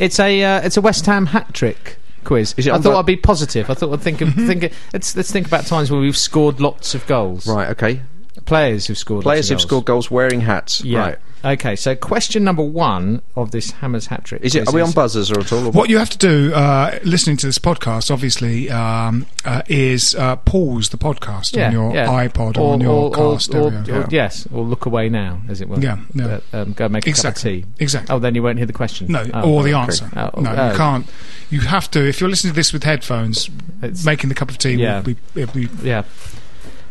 [SPEAKER 3] It's a uh, it's a West Ham hat trick quiz.
[SPEAKER 2] Is it
[SPEAKER 3] I
[SPEAKER 2] on
[SPEAKER 3] thought
[SPEAKER 2] the-
[SPEAKER 3] I'd be positive. I thought
[SPEAKER 2] [LAUGHS]
[SPEAKER 3] I'd think of think. of- Let's let's think about times where we've scored lots of goals.
[SPEAKER 2] Right, okay.
[SPEAKER 3] Players who've scored.
[SPEAKER 2] Players who've
[SPEAKER 3] lots of
[SPEAKER 2] scored
[SPEAKER 3] goals.
[SPEAKER 2] goals wearing hats. Right.
[SPEAKER 3] Right. Okay. So question number one of this Hammers hat trick.
[SPEAKER 2] Is it? Are we on buzzers or at all? Or
[SPEAKER 1] What you have to do, uh, listening to this podcast, obviously, um, uh, is uh, pause the podcast on your iPod or, on your car
[SPEAKER 3] or,
[SPEAKER 1] stereo.
[SPEAKER 3] or- yes, or look away now, as it were.
[SPEAKER 1] Yeah, yeah.
[SPEAKER 3] Uh, um, go make a
[SPEAKER 1] Exactly,
[SPEAKER 3] cup of tea.
[SPEAKER 1] exactly.
[SPEAKER 3] Oh, then you won't hear the question.
[SPEAKER 1] No,
[SPEAKER 3] Oh,
[SPEAKER 1] or the
[SPEAKER 3] okay.
[SPEAKER 1] answer.
[SPEAKER 3] Oh,
[SPEAKER 1] no,
[SPEAKER 3] oh.
[SPEAKER 1] you can't. You have to. If you're listening to this with headphones,
[SPEAKER 3] It's-
[SPEAKER 1] making the cup of tea
[SPEAKER 3] Yeah.
[SPEAKER 1] will be. It'll be
[SPEAKER 3] Yeah.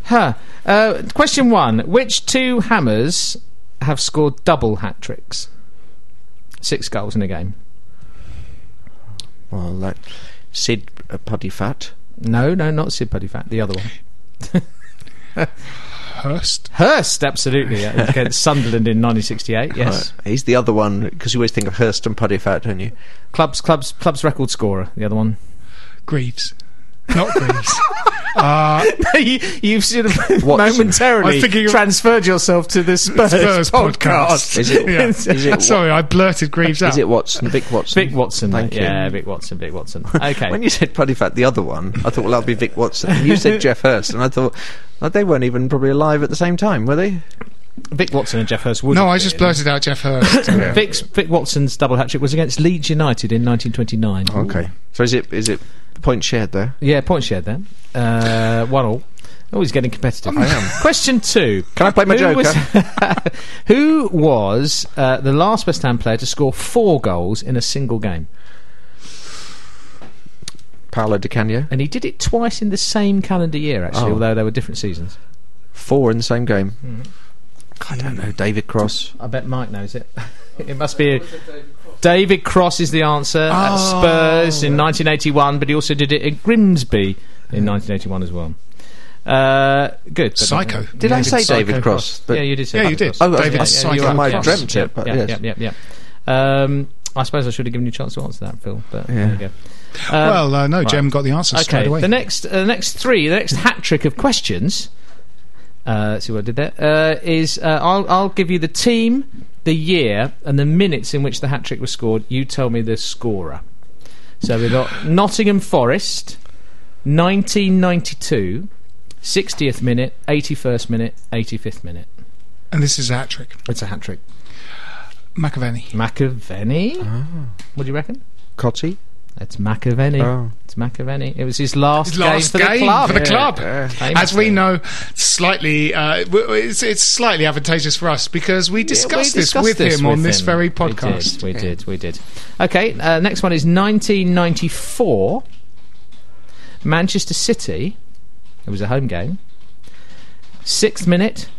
[SPEAKER 3] Huh. Uh, question one: Which two Hammers have scored double hat tricks? Six goals in a game.
[SPEAKER 2] Well, like Sid uh, Puddy Fat.
[SPEAKER 3] No, no, not Sid Fat. The other one,
[SPEAKER 1] Hurst.
[SPEAKER 3] Hurst, absolutely yeah, [LAUGHS] against Sunderland in 1968. Yes,
[SPEAKER 2] Right. He's the other one, because you always think of Hurst and Puddy Fat, don't you?
[SPEAKER 3] clubs, clubs, clubs record scorer. The other one.
[SPEAKER 1] Greaves. Not Greaves.
[SPEAKER 3] [LAUGHS] you, you've [LAUGHS] sort of
[SPEAKER 2] Watson.
[SPEAKER 3] momentarily
[SPEAKER 1] I'm thinking of-
[SPEAKER 3] transferred yourself to the Spurs,
[SPEAKER 1] Spurs podcast.
[SPEAKER 3] podcast.
[SPEAKER 2] Is it-
[SPEAKER 1] Yeah.
[SPEAKER 2] is
[SPEAKER 1] [LAUGHS]
[SPEAKER 2] it-
[SPEAKER 1] Sorry, I blurted Greaves out.
[SPEAKER 2] Is it Watson? Vic Watson?
[SPEAKER 3] Vic Watson,
[SPEAKER 2] Thank you.
[SPEAKER 3] yeah, Vic Watson, Vic [LAUGHS] Watson. Okay,
[SPEAKER 2] When you said Puddy Fat, the other one, I thought, well, that'll be Vic Watson. And you
[SPEAKER 3] [LAUGHS]
[SPEAKER 2] said Jeff Hurst, and I thought, well, they weren't even probably alive at the same time, were they?
[SPEAKER 3] Vic Watson and Jeff Hurst. would
[SPEAKER 1] no,
[SPEAKER 3] have
[SPEAKER 1] I just
[SPEAKER 3] been.
[SPEAKER 1] blurted out Jeff
[SPEAKER 2] [LAUGHS]
[SPEAKER 1] Hurst. Yeah.
[SPEAKER 3] Vic's, Vic Watson's double hat trick was against Leeds United in 1929.
[SPEAKER 2] Okay. So is it is it point shared there?
[SPEAKER 3] Yeah, point shared then. Uh, one all. Oh, he's getting competitive. I am. Question two.
[SPEAKER 2] Can I play my
[SPEAKER 3] who
[SPEAKER 2] joker?
[SPEAKER 3] Was, [LAUGHS] who was uh, the last West Ham player to score four goals in a single game?
[SPEAKER 2] Paolo Di Canio,
[SPEAKER 3] And he did it twice in the same calendar year, actually,
[SPEAKER 2] Oh.
[SPEAKER 3] although they were different seasons.
[SPEAKER 2] four in the same game.
[SPEAKER 3] Mm-hmm.
[SPEAKER 2] I don't know. David Cross.
[SPEAKER 3] I bet Mike knows it. [LAUGHS] it must be. David Cross is the answer
[SPEAKER 2] Oh.
[SPEAKER 3] at Spurs in 1981, but he also did it at Grimsby in 1981 as well. Uh, good. but-
[SPEAKER 1] Psycho.
[SPEAKER 2] Did I say
[SPEAKER 1] Psycho
[SPEAKER 2] David Cross? But-
[SPEAKER 3] yeah, you did say.
[SPEAKER 1] Yeah, you
[SPEAKER 3] David
[SPEAKER 1] did.
[SPEAKER 3] Cross.
[SPEAKER 2] Oh, I-
[SPEAKER 1] David
[SPEAKER 2] I-
[SPEAKER 1] Psycho
[SPEAKER 2] I might have
[SPEAKER 1] Cross.
[SPEAKER 2] dreamt it, but
[SPEAKER 3] yeah,
[SPEAKER 2] yes.
[SPEAKER 3] yeah, yeah, yeah. Um, I suppose I should have given you a chance to answer that, Phil. But there you go. Um,
[SPEAKER 1] Well, uh, no, Jem got the answer straight
[SPEAKER 3] okay.
[SPEAKER 1] away.
[SPEAKER 3] The next, uh, the next three, the next hat trick of questions. Uh, see what I did there. Uh, is uh, I'll I'll give you the team, the year, and the minutes in which the hat trick was scored. You tell me the scorer. So we've got Nottingham Forest, 1992, 60th minute, 81st minute, 85th minute.
[SPEAKER 1] and this is a hat trick.
[SPEAKER 3] It's a hat trick.
[SPEAKER 1] McAvenny.
[SPEAKER 3] McAvenny.
[SPEAKER 1] Ah.
[SPEAKER 3] What do you reckon?
[SPEAKER 2] Cotty.
[SPEAKER 3] It's McAvenny.
[SPEAKER 2] Oh.
[SPEAKER 3] It's McAvenny. It was his last,
[SPEAKER 1] His last
[SPEAKER 3] game for the club.
[SPEAKER 1] for the
[SPEAKER 3] Yeah.
[SPEAKER 1] club. As
[SPEAKER 3] Famously.
[SPEAKER 1] we know, slightly uh, w- w- it's, it's slightly advantageous for us because we
[SPEAKER 3] Yeah, we
[SPEAKER 1] discussed this
[SPEAKER 3] discussed
[SPEAKER 1] with him on this
[SPEAKER 3] him.
[SPEAKER 1] very
[SPEAKER 3] We did,
[SPEAKER 1] podcast.
[SPEAKER 3] We did, we did. Okay, uh, next one is 1994. Manchester City. It was a home game. Sixth minute,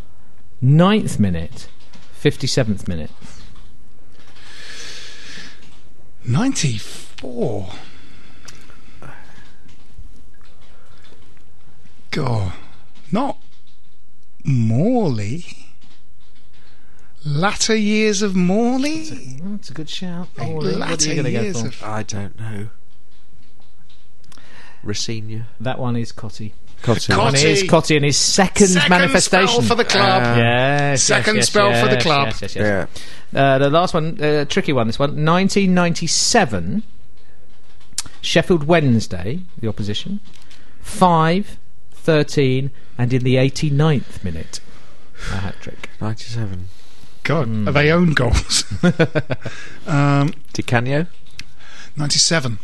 [SPEAKER 3] ninth minute, 57th minute.
[SPEAKER 1] 94. God. Not Morley. Latter years of Morley?
[SPEAKER 3] That's a good shout.
[SPEAKER 1] Latter years of.
[SPEAKER 2] I don't know. Racinia.
[SPEAKER 3] That one is Cotty.
[SPEAKER 2] Cotty.
[SPEAKER 1] Cotty.
[SPEAKER 3] One is Cotty in his second,
[SPEAKER 1] Second
[SPEAKER 3] manifestation.
[SPEAKER 1] spell for the club.
[SPEAKER 3] Yes,
[SPEAKER 1] Second
[SPEAKER 3] yes, yes,
[SPEAKER 1] spell for the
[SPEAKER 3] yes,
[SPEAKER 1] club.
[SPEAKER 3] yes, yes, yes.
[SPEAKER 2] Yeah.
[SPEAKER 3] Uh, the last one, uh, tricky one. This one, 1997. Sheffield Wednesday, the opposition, five, thirteen, and in the 89th minute, a hat trick.
[SPEAKER 2] 97.
[SPEAKER 1] God,
[SPEAKER 3] Hmm.
[SPEAKER 1] are they own goals? [LAUGHS] um,
[SPEAKER 2] Di Canio.
[SPEAKER 1] 97.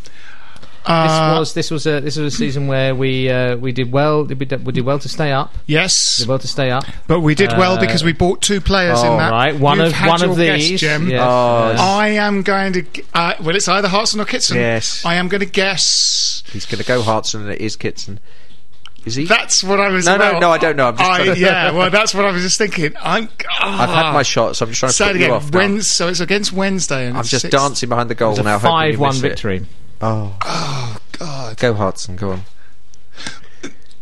[SPEAKER 1] Uh,
[SPEAKER 3] this was this was a this was a season where we uh, we did well. Did we, do- we did well to stay up.
[SPEAKER 1] yes,
[SPEAKER 3] Did well to stay up.
[SPEAKER 1] but we did well
[SPEAKER 3] uh,
[SPEAKER 1] because we bought two players in
[SPEAKER 2] oh,
[SPEAKER 1] that.
[SPEAKER 3] right, one
[SPEAKER 1] You've
[SPEAKER 3] of
[SPEAKER 1] had
[SPEAKER 3] one
[SPEAKER 1] your
[SPEAKER 3] of
[SPEAKER 1] guess,
[SPEAKER 3] these.
[SPEAKER 1] Jem.
[SPEAKER 3] Yes.
[SPEAKER 2] Oh,
[SPEAKER 3] Uh,
[SPEAKER 1] I am going to. g- Uh, well, it's either Hartson or Kitson.
[SPEAKER 2] Yes.
[SPEAKER 1] I am going to guess.
[SPEAKER 2] He's going to go Hartson and it is Kitson. Is he?
[SPEAKER 1] That's what I was.
[SPEAKER 2] No, no,
[SPEAKER 1] about.
[SPEAKER 2] no, I don't know. I'm just
[SPEAKER 1] I,
[SPEAKER 2] trying to-
[SPEAKER 1] yeah, well, that's what I was just thinking. I'm. ah,
[SPEAKER 2] I've had my shots. I'm just trying to
[SPEAKER 1] Say it
[SPEAKER 2] put you
[SPEAKER 1] again.
[SPEAKER 2] off now.
[SPEAKER 1] Wednes- so it's against Wednesday, and
[SPEAKER 2] I'm
[SPEAKER 1] it's
[SPEAKER 2] just
[SPEAKER 1] sixth.
[SPEAKER 2] dancing behind the goal
[SPEAKER 3] It was
[SPEAKER 2] now.
[SPEAKER 3] a
[SPEAKER 2] hoping you Oh.
[SPEAKER 3] five-one
[SPEAKER 2] miss it.
[SPEAKER 3] victory.
[SPEAKER 2] Oh,
[SPEAKER 1] God,
[SPEAKER 2] go Hartson. Go on.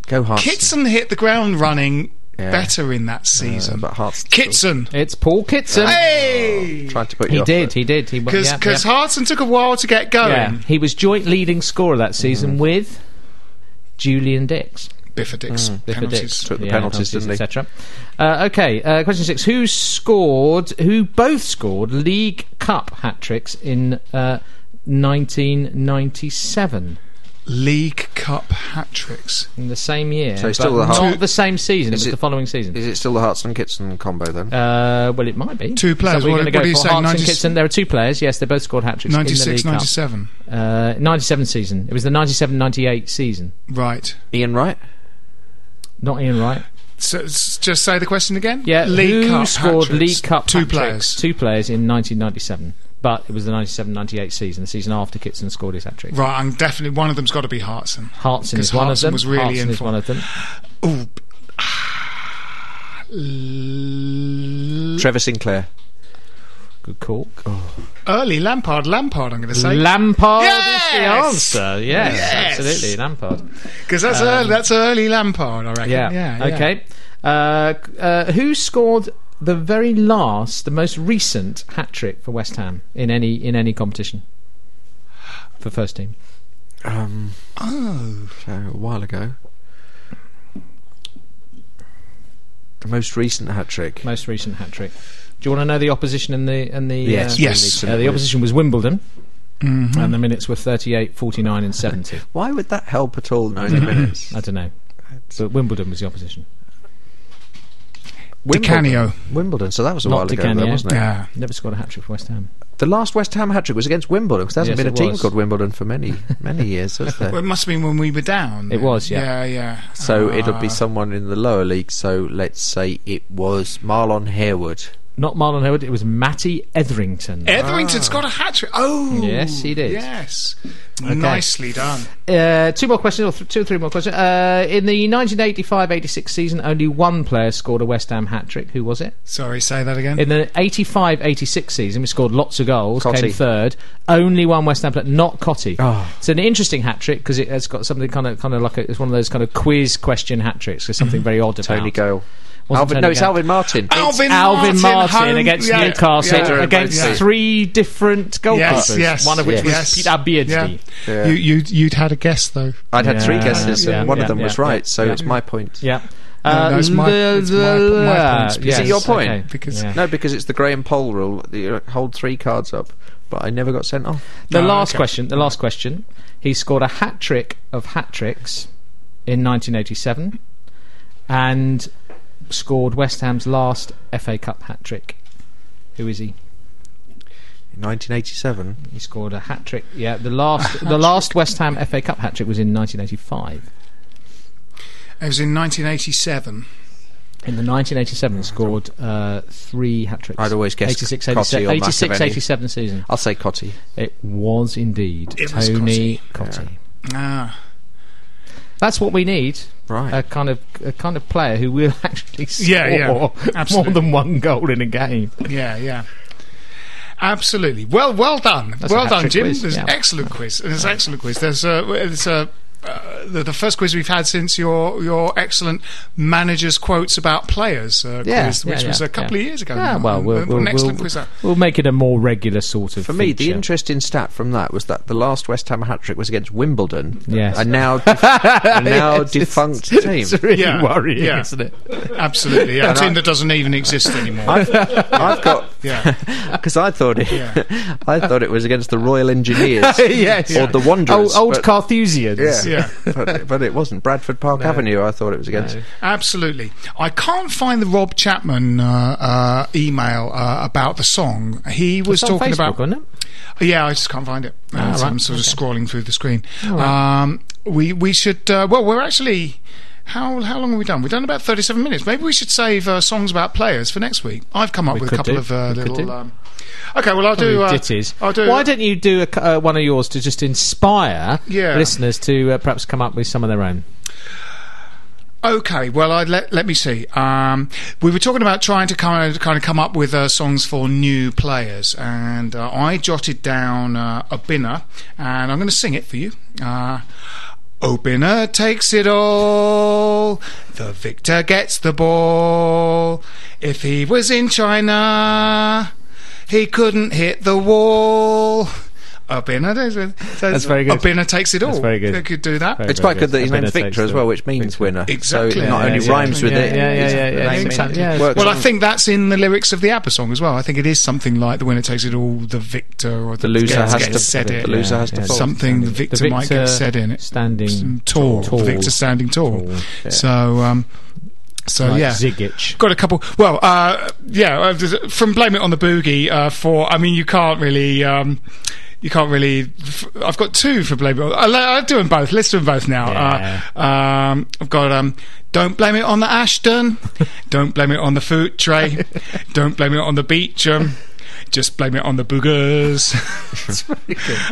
[SPEAKER 2] Go Hearts.
[SPEAKER 1] Kitson hit the ground running
[SPEAKER 2] Yeah. Uh,
[SPEAKER 1] better in that season.
[SPEAKER 2] but Hearts-
[SPEAKER 1] Kitson.
[SPEAKER 3] It's Paul Kitson.
[SPEAKER 1] Hey!
[SPEAKER 2] Tried to put you
[SPEAKER 3] He
[SPEAKER 2] off
[SPEAKER 3] did,
[SPEAKER 2] there.
[SPEAKER 3] he did. He wa-
[SPEAKER 1] Because
[SPEAKER 3] yeah, yeah.
[SPEAKER 1] Hartson took a while to get going.
[SPEAKER 3] Yeah. He was joint leading scorer that
[SPEAKER 2] Mm.
[SPEAKER 3] season with Julian Dix.
[SPEAKER 1] Biffa Dix.
[SPEAKER 2] Mm,
[SPEAKER 3] Biffa
[SPEAKER 1] penalties.
[SPEAKER 3] Dix.
[SPEAKER 2] Took the penalties, didn't he?
[SPEAKER 3] etc. Uh, okay, uh, question six. Who scored, who both scored League Cup hat tricks in uh, 1997?
[SPEAKER 1] League Cup hat tricks.
[SPEAKER 3] In the same year.
[SPEAKER 2] So it's
[SPEAKER 3] but
[SPEAKER 2] still the
[SPEAKER 3] Not
[SPEAKER 2] whole-
[SPEAKER 3] the same season, it
[SPEAKER 2] Is
[SPEAKER 3] was
[SPEAKER 2] it-
[SPEAKER 3] the following season.
[SPEAKER 2] Is it still the Hearts and Kitson combo then?
[SPEAKER 3] Uh, well, it might be.
[SPEAKER 1] Two
[SPEAKER 3] Is that
[SPEAKER 1] players.
[SPEAKER 3] What,
[SPEAKER 1] What-
[SPEAKER 3] you're gonna
[SPEAKER 1] what
[SPEAKER 3] go
[SPEAKER 1] do you
[SPEAKER 3] for?
[SPEAKER 1] say,
[SPEAKER 3] Hartson,
[SPEAKER 1] 90
[SPEAKER 3] Kitson. There are two players. Yes, they both scored hat tricks.
[SPEAKER 1] 96,
[SPEAKER 3] in the League
[SPEAKER 1] 97.
[SPEAKER 3] Cup. Uh, 97 season. It was the 97 98 season.
[SPEAKER 1] Right.
[SPEAKER 2] Ian Wright?
[SPEAKER 3] Not Ian Wright.
[SPEAKER 1] So s- just say the question again.
[SPEAKER 3] Yeah,
[SPEAKER 1] League
[SPEAKER 3] who
[SPEAKER 1] Cup
[SPEAKER 3] scored
[SPEAKER 1] hat-tricks.
[SPEAKER 3] League Cup
[SPEAKER 1] Two
[SPEAKER 3] hat-tricks?
[SPEAKER 1] players.
[SPEAKER 3] Two players in 1997. But it was the 97 98 season, the season after Kitson scored his hat trick.
[SPEAKER 1] Right, I'm definitely one of them's got to be Hartson.
[SPEAKER 3] Hartson is
[SPEAKER 1] 'Cause
[SPEAKER 3] one
[SPEAKER 1] Hartson
[SPEAKER 3] of them.
[SPEAKER 1] was really
[SPEAKER 3] Hartson
[SPEAKER 1] in
[SPEAKER 3] is
[SPEAKER 1] form.
[SPEAKER 3] one of them.
[SPEAKER 1] Ooh. Ah. L-
[SPEAKER 2] Trevor Sinclair.
[SPEAKER 3] Good call.
[SPEAKER 1] Early Lampard, Lampard. I'm going to say
[SPEAKER 3] Lampard
[SPEAKER 1] Yes!
[SPEAKER 3] is the answer. Yes,
[SPEAKER 1] Yes!
[SPEAKER 3] absolutely. Lampard.
[SPEAKER 1] because that's early. That's early Lampard. I reckon.
[SPEAKER 3] Um, Yeah.
[SPEAKER 1] yeah, yeah.
[SPEAKER 3] Okay. Uh, c- uh, who scored the very last, the most recent hat trick for West Ham in any in any competition for first team?
[SPEAKER 2] Um, oh. So a while ago. The most recent hat trick.
[SPEAKER 3] Most recent hat trick. Do you want to know the opposition and the and the?
[SPEAKER 2] Yes. Mm-hmm.
[SPEAKER 3] Uh,
[SPEAKER 2] we
[SPEAKER 1] Yes.
[SPEAKER 2] need to
[SPEAKER 3] uh,
[SPEAKER 2] know
[SPEAKER 3] the
[SPEAKER 2] this.
[SPEAKER 3] opposition was Wimbledon, and the minutes were 38, 49, and 70.
[SPEAKER 2] Why would that help at all? Ninety minutes.
[SPEAKER 3] I don't know. But Wimbledon was the opposition.
[SPEAKER 2] Wimbledon.
[SPEAKER 1] Canio.
[SPEAKER 2] Wimbledon. So that was a
[SPEAKER 3] Not
[SPEAKER 2] while
[SPEAKER 3] Di
[SPEAKER 2] ago, though,
[SPEAKER 3] Canio.
[SPEAKER 2] wasn't it?
[SPEAKER 1] Yeah.
[SPEAKER 3] Never scored a hat trick for West Ham.
[SPEAKER 2] The last West Ham hat trick was against Wimbledon because there hasn't
[SPEAKER 3] Yes,
[SPEAKER 2] been a
[SPEAKER 3] it
[SPEAKER 2] team
[SPEAKER 3] was.
[SPEAKER 2] called Wimbledon for many, many years, has
[SPEAKER 1] Well, [LAUGHS] it
[SPEAKER 2] there?
[SPEAKER 1] must have been when we were down.
[SPEAKER 3] It was,
[SPEAKER 1] Yeah,
[SPEAKER 3] yeah.
[SPEAKER 1] yeah.
[SPEAKER 2] So it'll be
[SPEAKER 1] Ah.
[SPEAKER 2] someone in the lower league. So let's say it was Marlon Harewood.
[SPEAKER 3] Not Marlon Hayward. It was Matty Etherington.
[SPEAKER 2] Eh.
[SPEAKER 1] Etherington's Ah. got a hat trick. Oh,
[SPEAKER 3] Yes, he did.
[SPEAKER 1] Yes, nicely done.
[SPEAKER 3] Uh, two more questions, or th- two or three more questions. Uh, in the 1985-86 season, only one player scored a West Ham hat trick. Who was it?
[SPEAKER 1] Sorry, say that again.
[SPEAKER 3] In the 85-86 season, we scored lots of goals, came
[SPEAKER 2] Cotty.
[SPEAKER 3] third. Only one West Ham player, not Cotty.
[SPEAKER 2] Oh.
[SPEAKER 3] It's an interesting hat trick because it has got something kind of, kind of like a, it's one of those kind of quiz question hat tricks. There's something very odd about.
[SPEAKER 2] Tony Gale.
[SPEAKER 3] Wasn't
[SPEAKER 2] Alvin,
[SPEAKER 3] Tony
[SPEAKER 2] no, it's
[SPEAKER 3] Gale.
[SPEAKER 2] Alvin Martin.
[SPEAKER 1] Alvin,
[SPEAKER 3] Alvin Martin,
[SPEAKER 1] home-
[SPEAKER 3] against
[SPEAKER 1] yeah,
[SPEAKER 3] Newcastle
[SPEAKER 1] yeah,
[SPEAKER 2] Considering
[SPEAKER 3] against
[SPEAKER 2] both teams.
[SPEAKER 3] three different goalkeepers.
[SPEAKER 1] Yes, yes,
[SPEAKER 3] one of which
[SPEAKER 1] yes.
[SPEAKER 3] was Peter Beardsley.
[SPEAKER 2] Yeah.
[SPEAKER 1] You, you, you'd had a guess though.
[SPEAKER 2] I'd had three
[SPEAKER 3] Yeah,
[SPEAKER 2] guesses,
[SPEAKER 3] yeah,
[SPEAKER 2] and one
[SPEAKER 3] yeah,
[SPEAKER 2] of them
[SPEAKER 3] yeah,
[SPEAKER 2] was
[SPEAKER 3] yeah,
[SPEAKER 2] right. so
[SPEAKER 3] yeah.
[SPEAKER 2] it's my point.
[SPEAKER 3] Yeah. Uh,
[SPEAKER 1] no, it's my- it's my- my point. Is
[SPEAKER 2] it your point?
[SPEAKER 1] Because-
[SPEAKER 3] yeah.
[SPEAKER 2] No, because it's the Graham Pole rule. that You hold three cards up, but I never got sent off.
[SPEAKER 3] the
[SPEAKER 1] No,
[SPEAKER 3] last
[SPEAKER 1] okay.
[SPEAKER 3] question. The last question. He scored a hat trick of hat tricks in 1987, and scored West Ham's last FA Cup hat trick. Who is he?
[SPEAKER 2] In 1987.
[SPEAKER 3] He scored a hat trick. Yeah,
[SPEAKER 2] [LAUGHS]
[SPEAKER 3] the last the last West Ham FA Cup hat trick was in 1985.
[SPEAKER 1] It was in 1987.
[SPEAKER 3] In the 1987, scored uh, three hat tricks.
[SPEAKER 2] Oh, I'd always guessed
[SPEAKER 3] 86,
[SPEAKER 2] Cotty
[SPEAKER 3] 87,
[SPEAKER 2] or
[SPEAKER 3] 86,
[SPEAKER 2] McAvaney.
[SPEAKER 3] 87 season.
[SPEAKER 2] I'll say Cotty.
[SPEAKER 3] It was indeed
[SPEAKER 1] It was
[SPEAKER 3] Tony
[SPEAKER 1] Cotty.
[SPEAKER 3] Cotty.
[SPEAKER 1] Ah,
[SPEAKER 3] That's what we need.
[SPEAKER 2] Right.
[SPEAKER 3] A kind of a kind of player who will [LAUGHS] actually score
[SPEAKER 1] Yeah, yeah.
[SPEAKER 3] more
[SPEAKER 1] Absolutely.
[SPEAKER 3] than one goal in a game.
[SPEAKER 1] yeah, yeah. Absolutely. Well, well done.
[SPEAKER 3] That's a
[SPEAKER 1] well done,
[SPEAKER 3] hat-trick
[SPEAKER 1] Jim.
[SPEAKER 3] quiz,
[SPEAKER 1] There's
[SPEAKER 3] yeah.
[SPEAKER 1] excellent quiz. There's excellent quiz. There's a, there's a, uh, the, the first quiz we've had since your your excellent managers quotes about players uh,
[SPEAKER 3] Yeah,
[SPEAKER 1] quiz,
[SPEAKER 3] yeah,
[SPEAKER 1] which
[SPEAKER 3] yeah,
[SPEAKER 1] was a couple
[SPEAKER 3] yeah.
[SPEAKER 1] of years ago. Um,
[SPEAKER 3] Yeah,
[SPEAKER 1] now.
[SPEAKER 3] well, we'll,
[SPEAKER 1] An
[SPEAKER 3] we'll,
[SPEAKER 1] excellent
[SPEAKER 3] we'll,
[SPEAKER 1] quiz. that.
[SPEAKER 3] we'll make it a more regular sort of.
[SPEAKER 2] For me, the
[SPEAKER 3] feature. [LAUGHS]
[SPEAKER 2] interesting stat from that was that the last West Ham hat trick was against Wimbledon.
[SPEAKER 3] Yes.
[SPEAKER 2] A
[SPEAKER 1] [LAUGHS]
[SPEAKER 2] now, def- a now defunct team.
[SPEAKER 3] It's really
[SPEAKER 1] Yeah,
[SPEAKER 3] worrying,
[SPEAKER 1] yeah.
[SPEAKER 3] isn't it? [LAUGHS]
[SPEAKER 1] Absolutely, yeah. a team that doesn't even exist anymore.
[SPEAKER 2] I've got [LAUGHS]
[SPEAKER 1] Yeah,
[SPEAKER 2] because I thought it,
[SPEAKER 1] Yeah.
[SPEAKER 2] [LAUGHS] I thought it was against the Royal
[SPEAKER 1] [LAUGHS]
[SPEAKER 2] Engineers
[SPEAKER 3] yes.
[SPEAKER 2] or the
[SPEAKER 3] Old,
[SPEAKER 2] Wanderers.
[SPEAKER 3] old
[SPEAKER 2] but-
[SPEAKER 3] Carthusians.
[SPEAKER 2] Yeah,
[SPEAKER 1] Yeah.
[SPEAKER 2] but, but it wasn't Bradford Park Avenue. I thought it was against.
[SPEAKER 1] absolutely. I can't find the Rob Chapman uh, uh, email uh, about the song. He was
[SPEAKER 3] It's on
[SPEAKER 1] talking
[SPEAKER 3] Facebook,
[SPEAKER 1] about.
[SPEAKER 3] wasn't it?
[SPEAKER 1] Yeah, I just can't find it. Uh,
[SPEAKER 3] Ah,
[SPEAKER 1] so
[SPEAKER 3] right,
[SPEAKER 1] I'm sort
[SPEAKER 3] okay.
[SPEAKER 1] of scrolling through the screen. Um, we we should. Uh, well, we're actually. How how long have we done? We've done about 37 minutes. Maybe we should save uh, songs about players for next week. I've come up
[SPEAKER 3] We
[SPEAKER 1] with a
[SPEAKER 3] could
[SPEAKER 1] couple
[SPEAKER 3] do.
[SPEAKER 1] of uh,
[SPEAKER 3] We could
[SPEAKER 1] little.
[SPEAKER 3] do.
[SPEAKER 1] Um, okay, well I'll do.
[SPEAKER 3] Probably
[SPEAKER 1] Uh,
[SPEAKER 3] ditties.
[SPEAKER 1] I'll do.
[SPEAKER 3] Oh, Why don't you do a c uh, one of yours to just inspire
[SPEAKER 1] Yeah.
[SPEAKER 3] listeners to uh, perhaps come up with some of their own?
[SPEAKER 1] Okay, well, I, let let me see. Um, we were talking about trying to kind of kind of come up with uh, songs for new players, and uh, I jotted down uh, a binner, and I'm going to sing it for you. Uh, Opener takes it all. The victor gets the ball. If he was in China, he couldn't hit the wall. Opener,
[SPEAKER 4] That's very good.
[SPEAKER 1] Opener takes it all.
[SPEAKER 4] That's very good.
[SPEAKER 1] They could do that.
[SPEAKER 4] Very
[SPEAKER 2] It's quite good that his
[SPEAKER 4] I've been
[SPEAKER 2] name's
[SPEAKER 4] at
[SPEAKER 2] Victor as
[SPEAKER 4] Dexter.
[SPEAKER 2] well, which means winner.
[SPEAKER 1] Exactly.
[SPEAKER 2] So it not
[SPEAKER 1] Yeah,
[SPEAKER 2] only
[SPEAKER 1] yeah,
[SPEAKER 2] rhymes with
[SPEAKER 4] yeah,
[SPEAKER 2] it.
[SPEAKER 4] yeah, yeah,
[SPEAKER 2] it's-
[SPEAKER 4] yeah,
[SPEAKER 2] the
[SPEAKER 4] yeah,
[SPEAKER 2] name
[SPEAKER 4] exactly. Yeah,
[SPEAKER 2] works
[SPEAKER 1] Well, I
[SPEAKER 2] well.
[SPEAKER 1] think that's in the lyrics of the ABBA song as well. I think it is something like the winner takes it all, the victor or the,
[SPEAKER 2] The loser
[SPEAKER 1] gets,
[SPEAKER 2] has
[SPEAKER 1] gets
[SPEAKER 2] to-
[SPEAKER 1] said
[SPEAKER 2] the
[SPEAKER 1] it.
[SPEAKER 2] loser has to
[SPEAKER 1] Yeah.
[SPEAKER 2] fall.
[SPEAKER 1] something. The victor,
[SPEAKER 3] The
[SPEAKER 1] might
[SPEAKER 3] victor
[SPEAKER 1] get said in it.
[SPEAKER 3] standing
[SPEAKER 1] tall,
[SPEAKER 3] tall.
[SPEAKER 1] The victor standing tall.
[SPEAKER 3] Tall,
[SPEAKER 1] So, um, so
[SPEAKER 4] Like
[SPEAKER 1] yeah.
[SPEAKER 4] Zigic.
[SPEAKER 1] Got a couple. Well, uh, yeah. uh, there's- From Blame It on the Boogie uh, for. I mean, you can't really. Um, you can't really. F- I've got two for Blame It. On, I'll, I'll do them both. Let's do them both now. Uh, um, I've got. Um, don't blame it on the
[SPEAKER 2] [LAUGHS]
[SPEAKER 1] Ashton. Don't blame it on the food tray. Don't blame it on the Beecham. Just blame it on the
[SPEAKER 2] [LAUGHS]
[SPEAKER 1] boogers.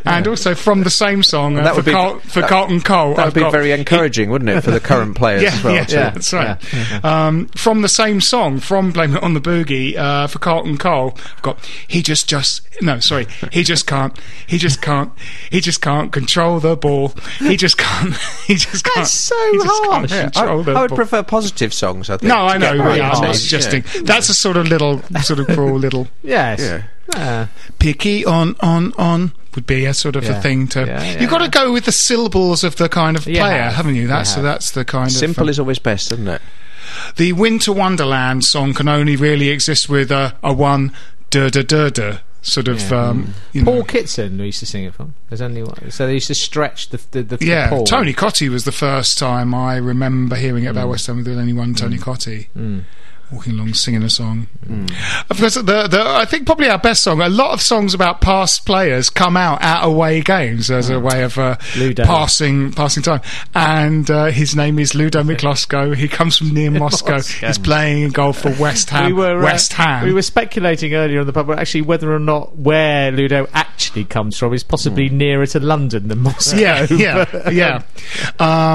[SPEAKER 1] And also from the same song uh,
[SPEAKER 2] that
[SPEAKER 1] for,
[SPEAKER 2] would be-
[SPEAKER 1] Carl, for
[SPEAKER 2] that-
[SPEAKER 1] Carlton Cole.
[SPEAKER 2] That
[SPEAKER 1] I've
[SPEAKER 2] would be
[SPEAKER 1] got-
[SPEAKER 2] very encouraging, wouldn't it, for
[SPEAKER 1] [LAUGHS]
[SPEAKER 2] the current players
[SPEAKER 1] yeah,
[SPEAKER 2] as well?
[SPEAKER 1] yeah,
[SPEAKER 2] too.
[SPEAKER 1] that's right. Um, from the same song, from "Blame It on the Boogie" uh, for Carlton Cole, I've got "He just just no, sorry, he just can't, he just can't, he just can't control the ball, he just can't, [LAUGHS] he just can't,
[SPEAKER 2] That's so
[SPEAKER 1] he just
[SPEAKER 2] harsh.
[SPEAKER 1] can't
[SPEAKER 2] I,
[SPEAKER 1] control the
[SPEAKER 2] I would
[SPEAKER 1] ball."
[SPEAKER 2] prefer positive songs. I think.
[SPEAKER 1] no,
[SPEAKER 2] to
[SPEAKER 1] I know.
[SPEAKER 2] get by
[SPEAKER 1] Yeah, I
[SPEAKER 2] with.
[SPEAKER 1] was suggesting that's a sort of little, sort of cruel little
[SPEAKER 2] [LAUGHS]
[SPEAKER 4] Yes.
[SPEAKER 2] Yeah.
[SPEAKER 1] picky on on on would be a sort of a
[SPEAKER 4] Yeah.
[SPEAKER 1] thing to.
[SPEAKER 4] Yeah, yeah,
[SPEAKER 1] You've got to go with the syllables of the kind of
[SPEAKER 3] You
[SPEAKER 1] player,
[SPEAKER 3] have.
[SPEAKER 1] haven't you?
[SPEAKER 3] You
[SPEAKER 1] That's
[SPEAKER 3] have.
[SPEAKER 1] that's the kind of
[SPEAKER 2] Simple
[SPEAKER 1] um,
[SPEAKER 2] is always best, isn't it?
[SPEAKER 1] the Winter Wonderland song can only really exist with a, a one da da da da sort of
[SPEAKER 4] Mm.
[SPEAKER 1] um, you
[SPEAKER 3] Paul
[SPEAKER 1] know.
[SPEAKER 3] Kitson, who used to sing it from. There's only one. So they used to stretch the the, the
[SPEAKER 1] Yeah,
[SPEAKER 3] the Paul.
[SPEAKER 1] Tony Cotti was the first time I remember hearing it about
[SPEAKER 4] Mm.
[SPEAKER 1] West Ham with anyone. Tony Cotti walking along singing a song.
[SPEAKER 4] Mm.
[SPEAKER 1] Of course, the, the I think probably our best song. A lot of songs about past players come out at away games as
[SPEAKER 4] Mm.
[SPEAKER 1] a way of uh,
[SPEAKER 3] Ludo.
[SPEAKER 1] passing passing time. And uh, his name
[SPEAKER 4] [LAUGHS]
[SPEAKER 1] is Ludo Miklosko. He comes from near Moscow. He's playing in goal for West Ham.
[SPEAKER 4] We were uh,
[SPEAKER 1] West Ham.
[SPEAKER 4] We were speculating earlier on the pub actually whether or not where Ludo actually comes from is possibly nearer to London than Moscow.
[SPEAKER 1] Hmm. [LAUGHS] yeah, yeah,
[SPEAKER 2] [LAUGHS]
[SPEAKER 1] yeah.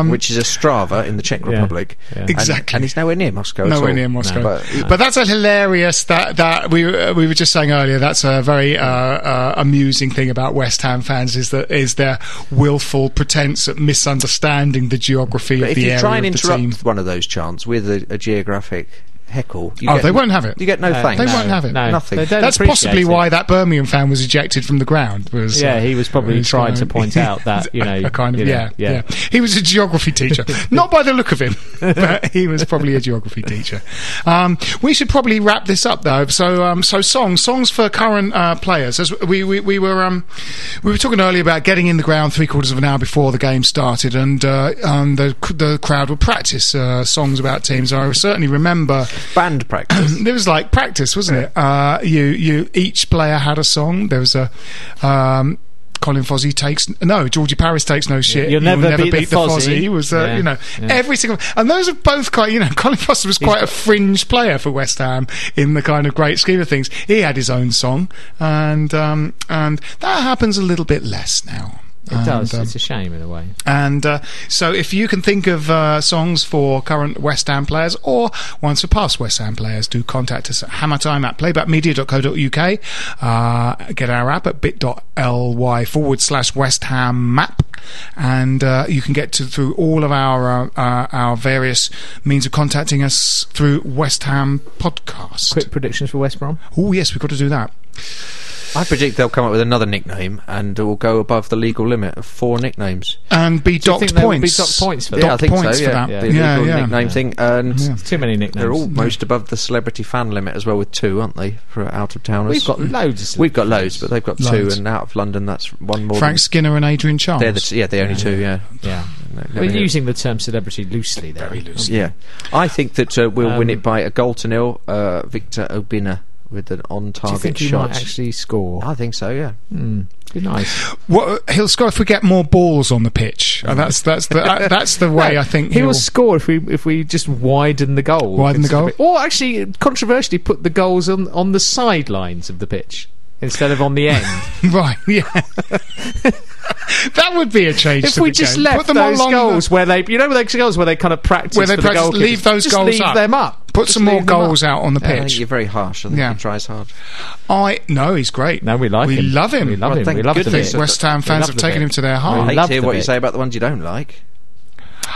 [SPEAKER 2] Which is a Strava in the Czech Republic. And-
[SPEAKER 1] Um, Exactly.
[SPEAKER 2] And he's nowhere near Moscow. at
[SPEAKER 1] Nowhere
[SPEAKER 2] all.
[SPEAKER 1] near Moscow.
[SPEAKER 2] But
[SPEAKER 1] But, that's a hilarious that that we uh, we were just saying earlier. That's a very uh, uh, amusing thing about West Ham fans is that is their willful pretense at misunderstanding the geography
[SPEAKER 2] But
[SPEAKER 1] of
[SPEAKER 2] if
[SPEAKER 1] the
[SPEAKER 2] you
[SPEAKER 1] area
[SPEAKER 2] try and
[SPEAKER 1] of the team.
[SPEAKER 2] interrupt one of those chants with a, a geographic heckle, you
[SPEAKER 1] Oh,
[SPEAKER 2] get
[SPEAKER 1] they
[SPEAKER 2] n-
[SPEAKER 1] won't have it.
[SPEAKER 2] You get no thanks.
[SPEAKER 1] They won't have it.
[SPEAKER 3] Uh, No,
[SPEAKER 2] Nothing.
[SPEAKER 3] they don't
[SPEAKER 1] That's
[SPEAKER 3] appreciate
[SPEAKER 1] possibly
[SPEAKER 3] it.
[SPEAKER 1] why that Birmingham fan was ejected from the ground. Was
[SPEAKER 3] Yeah,
[SPEAKER 1] uh,
[SPEAKER 3] he was probably
[SPEAKER 1] was
[SPEAKER 3] trying
[SPEAKER 1] kind
[SPEAKER 3] to
[SPEAKER 1] of- [LAUGHS]
[SPEAKER 3] point out that, you know,
[SPEAKER 1] a kind of
[SPEAKER 3] you know,
[SPEAKER 1] yeah,
[SPEAKER 3] yeah.
[SPEAKER 1] yeah He was a geography
[SPEAKER 3] [LAUGHS]
[SPEAKER 1] teacher, not by the look of him, [LAUGHS] but he was probably a geography teacher. Um, we should probably wrap this up though. So um, so songs songs for current uh, players. As we we, we were um, we were talking earlier about getting in the ground three quarters of an hour before the game started, and uh, um, the the crowd would practice uh, songs about teams. I certainly remember
[SPEAKER 2] Band
[SPEAKER 1] [COUGHS]
[SPEAKER 2] practice.
[SPEAKER 1] [CLEARS THROAT] it was like practice, wasn't it? Uh, you you each player had a song. There was a. Um, Colin Fozzy takes no. Georgie Paris takes no shit.
[SPEAKER 3] You'll never beat the Fozzy.
[SPEAKER 1] Fozzy. Was uh,
[SPEAKER 3] Yeah,
[SPEAKER 1] you know
[SPEAKER 3] yeah.
[SPEAKER 1] every single and those are both quite you know [LAUGHS] Colin Foster was quite a fringe player for West Ham in the kind of great scheme of things. He had his own song and um, and that happens a little bit less now.
[SPEAKER 3] It does.
[SPEAKER 1] And, um,
[SPEAKER 3] it's a shame in a way.
[SPEAKER 1] and uh, so, if you can think of uh, songs for current West Ham players or ones for past West Ham players, do contact us at hammertime at playbackmedia.co.uk. Uh, get our app at bit.ly forward slash West Ham map. And uh, you can get to through all of our uh, uh, our various means of contacting us through West Ham podcast.
[SPEAKER 3] Quick predictions for West Brom.
[SPEAKER 1] Oh, yes, we've got to do that.
[SPEAKER 2] I predict they'll come up with another nickname and will go above the legal limit of four nicknames.
[SPEAKER 1] And be
[SPEAKER 3] Do you
[SPEAKER 1] docked
[SPEAKER 3] think there will be
[SPEAKER 1] points.
[SPEAKER 3] docked points for
[SPEAKER 1] Docked
[SPEAKER 3] that?
[SPEAKER 2] yeah, I think
[SPEAKER 1] points
[SPEAKER 2] so.
[SPEAKER 1] for
[SPEAKER 2] yeah.
[SPEAKER 1] that.
[SPEAKER 2] The
[SPEAKER 1] Yeah,
[SPEAKER 2] legal
[SPEAKER 1] Uh, yeah.
[SPEAKER 2] nickname thing. And
[SPEAKER 3] Too many nicknames.
[SPEAKER 2] they're almost above the celebrity fan limit as well, with two, aren't they, for out of towners?
[SPEAKER 3] We've got loads. Of
[SPEAKER 2] We've got loads, but they've got
[SPEAKER 1] Loads.
[SPEAKER 2] two, and out of London, that's one more.
[SPEAKER 1] Frank Skinner and Adrian Charles.
[SPEAKER 2] than, they're the t- yeah, the only two. Yeah,
[SPEAKER 3] yeah.
[SPEAKER 2] No, no,
[SPEAKER 3] We're
[SPEAKER 2] no.
[SPEAKER 3] using the term celebrity loosely there. Very loosely.
[SPEAKER 2] Yeah, I think that uh, we'll win
[SPEAKER 3] Um,
[SPEAKER 2] it by a goal to nil. Uh, Victor Obina with an
[SPEAKER 3] Do you
[SPEAKER 2] on-target
[SPEAKER 3] think he
[SPEAKER 2] shot.
[SPEAKER 3] might actually score?
[SPEAKER 2] I think so. Yeah,
[SPEAKER 3] Be nice.
[SPEAKER 1] What he'll score if we get more balls on the pitch. Uh, that's that's the uh, that's the way I think
[SPEAKER 3] he
[SPEAKER 1] he'll.
[SPEAKER 3] will score if we if we just widen the goal.
[SPEAKER 1] Widen the
[SPEAKER 3] instead of
[SPEAKER 1] goal?
[SPEAKER 3] it- or actually controversially put the goals on on the sidelines of the pitch instead of on
[SPEAKER 1] [LAUGHS]
[SPEAKER 3] the end.
[SPEAKER 1] [LAUGHS] right,
[SPEAKER 3] [LAUGHS]
[SPEAKER 1] yeah. that would be a change.
[SPEAKER 3] if
[SPEAKER 1] to
[SPEAKER 3] we
[SPEAKER 1] the
[SPEAKER 3] just
[SPEAKER 1] game.
[SPEAKER 3] left
[SPEAKER 1] put them
[SPEAKER 3] those
[SPEAKER 1] along the-
[SPEAKER 3] goals where they, you know, those goals where they kind of practice
[SPEAKER 1] Where they
[SPEAKER 3] for
[SPEAKER 1] practice-
[SPEAKER 3] the goalkeepers,
[SPEAKER 1] leave those
[SPEAKER 3] just
[SPEAKER 1] goals
[SPEAKER 3] leave
[SPEAKER 1] up.
[SPEAKER 3] them up.
[SPEAKER 1] put
[SPEAKER 3] Just
[SPEAKER 1] some more
[SPEAKER 3] leave them up.
[SPEAKER 1] goals out on the
[SPEAKER 2] I think
[SPEAKER 1] pitch.
[SPEAKER 2] you're very harsh. I think
[SPEAKER 1] Yeah.
[SPEAKER 2] he tries hard.
[SPEAKER 1] I no, he's great.
[SPEAKER 3] No, we like
[SPEAKER 1] we
[SPEAKER 3] him.
[SPEAKER 1] Love him.
[SPEAKER 3] We love
[SPEAKER 2] Well,
[SPEAKER 3] him.
[SPEAKER 2] thank
[SPEAKER 3] We love the
[SPEAKER 2] goodness
[SPEAKER 3] bit.
[SPEAKER 2] that-
[SPEAKER 1] West Ham
[SPEAKER 3] We
[SPEAKER 1] fans
[SPEAKER 3] love
[SPEAKER 1] have
[SPEAKER 3] the
[SPEAKER 1] taken
[SPEAKER 3] bit.
[SPEAKER 1] him to their
[SPEAKER 2] I
[SPEAKER 1] heart.
[SPEAKER 2] hate
[SPEAKER 3] love
[SPEAKER 2] to hear
[SPEAKER 3] the
[SPEAKER 2] what you
[SPEAKER 3] bit.
[SPEAKER 2] say about the ones you don't like.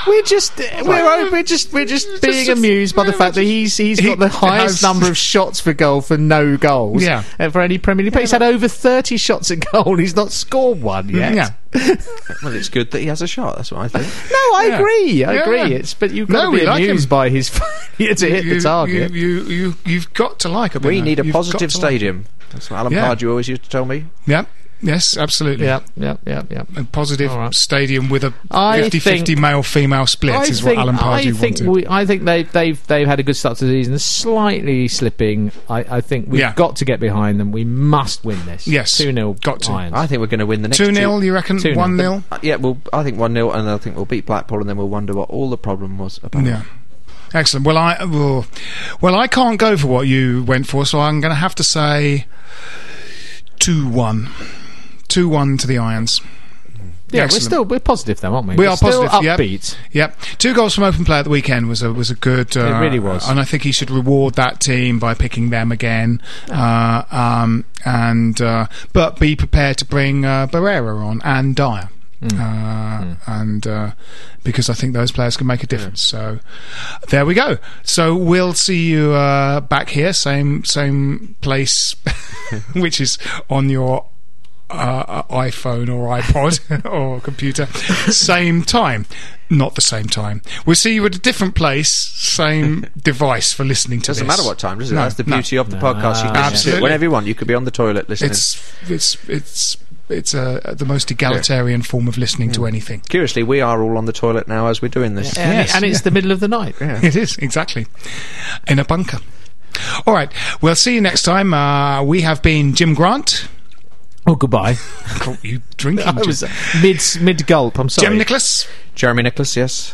[SPEAKER 4] We're just uh, we're, we're just we're just being amused by the fact that he's he's
[SPEAKER 1] He
[SPEAKER 4] got the highest
[SPEAKER 1] has-
[SPEAKER 4] number of shots for goal for no goals.
[SPEAKER 1] Yeah.
[SPEAKER 4] uh, for any Premier League. But he's had over thirty shots at goal. He's not scored one yet.
[SPEAKER 1] Mm, Yeah.
[SPEAKER 2] Well, it's good that he has a shot. That's what
[SPEAKER 1] [LAUGHS]
[SPEAKER 2] I think.
[SPEAKER 4] No, I
[SPEAKER 1] Yeah.
[SPEAKER 4] agree. I
[SPEAKER 1] Yeah,
[SPEAKER 4] agree.
[SPEAKER 1] yeah.
[SPEAKER 4] It's but you've
[SPEAKER 1] No,
[SPEAKER 4] got to
[SPEAKER 1] we
[SPEAKER 4] be
[SPEAKER 1] like
[SPEAKER 4] amused
[SPEAKER 1] him.
[SPEAKER 4] by his [LAUGHS] failure to hit the target.
[SPEAKER 1] You, you, you, you've got to like a
[SPEAKER 2] we need a positive stadium. That's what Alan
[SPEAKER 1] Yeah.
[SPEAKER 2] Pardew always used to tell me.
[SPEAKER 1] Yeah. Yes, absolutely.
[SPEAKER 4] yeah, yeah, yeah, yeah.
[SPEAKER 1] A positive
[SPEAKER 4] All right.
[SPEAKER 1] stadium with a
[SPEAKER 4] I
[SPEAKER 1] 50 50
[SPEAKER 4] think-
[SPEAKER 1] male female split
[SPEAKER 4] I
[SPEAKER 1] is
[SPEAKER 4] think,
[SPEAKER 1] what Alan
[SPEAKER 4] I
[SPEAKER 1] Pardew
[SPEAKER 4] think
[SPEAKER 1] wanted.
[SPEAKER 4] we,
[SPEAKER 3] I think they, they've they've had a good start to the season. Slightly slipping. I, I think we've
[SPEAKER 1] Yeah.
[SPEAKER 3] got to get behind them. We must win this.
[SPEAKER 1] Yes.
[SPEAKER 3] two 0
[SPEAKER 1] Got to.
[SPEAKER 3] Irons.
[SPEAKER 2] I think we're going to win the next
[SPEAKER 1] 2 0, you reckon?
[SPEAKER 3] 2-0.
[SPEAKER 1] 1 0?
[SPEAKER 2] Uh, Yeah, well, I think one 0 and I think we'll beat Blackpool, and then we'll wonder what all the problem was about.
[SPEAKER 1] Yeah. Excellent. Well, I well, well, I can't go for what you went for, so I'm going to have to say two one, two one to the Irons.
[SPEAKER 3] yeah,
[SPEAKER 1] Excellent.
[SPEAKER 3] we're still we're positive though, aren't we?
[SPEAKER 1] We
[SPEAKER 3] We're
[SPEAKER 1] are
[SPEAKER 3] still
[SPEAKER 1] positive, yep.
[SPEAKER 3] Upbeat.
[SPEAKER 1] Yep, two goals from open play at the weekend was a was a good. Uh,
[SPEAKER 3] It really was.
[SPEAKER 1] and I think he should reward that team by picking them again. Uh, um, and uh, but be prepared to bring uh, Barrera on and Dyer.
[SPEAKER 3] Hmm.
[SPEAKER 1] Uh, And uh, because I think those players can make a difference, so there we go. So we'll see you uh, back here, same same place, [LAUGHS] which is on your uh, iPhone or iPod [LAUGHS] or computer, same time. Not the same time. We'll see you at a different place, same device for listening to
[SPEAKER 2] Doesn't
[SPEAKER 1] this.
[SPEAKER 2] matter what time, does it?
[SPEAKER 1] No,
[SPEAKER 2] That's the
[SPEAKER 1] no.
[SPEAKER 2] beauty of the podcast. You can listen to
[SPEAKER 1] Absolutely.
[SPEAKER 2] it whenever you want. You could be on the toilet listening.
[SPEAKER 1] It's it's it's it's uh, the most egalitarian form of listening
[SPEAKER 2] Hmm.
[SPEAKER 1] to anything.
[SPEAKER 2] Curiously, we are all on the toilet now as we're doing this.
[SPEAKER 4] And,
[SPEAKER 1] Yes.
[SPEAKER 4] and it's the middle of the night.
[SPEAKER 1] [LAUGHS] It is exactly in a bunker. All right, we'll see you next time. Uh, we have been Jim
[SPEAKER 2] [LAUGHS]
[SPEAKER 1] Grant.
[SPEAKER 3] Oh, goodbye.
[SPEAKER 1] Caught you drinking.
[SPEAKER 4] I
[SPEAKER 1] Jim.
[SPEAKER 4] was mid mid gulp. I'm sorry.
[SPEAKER 1] Jem Nicholas.
[SPEAKER 2] Jeremy Nicholas, yes.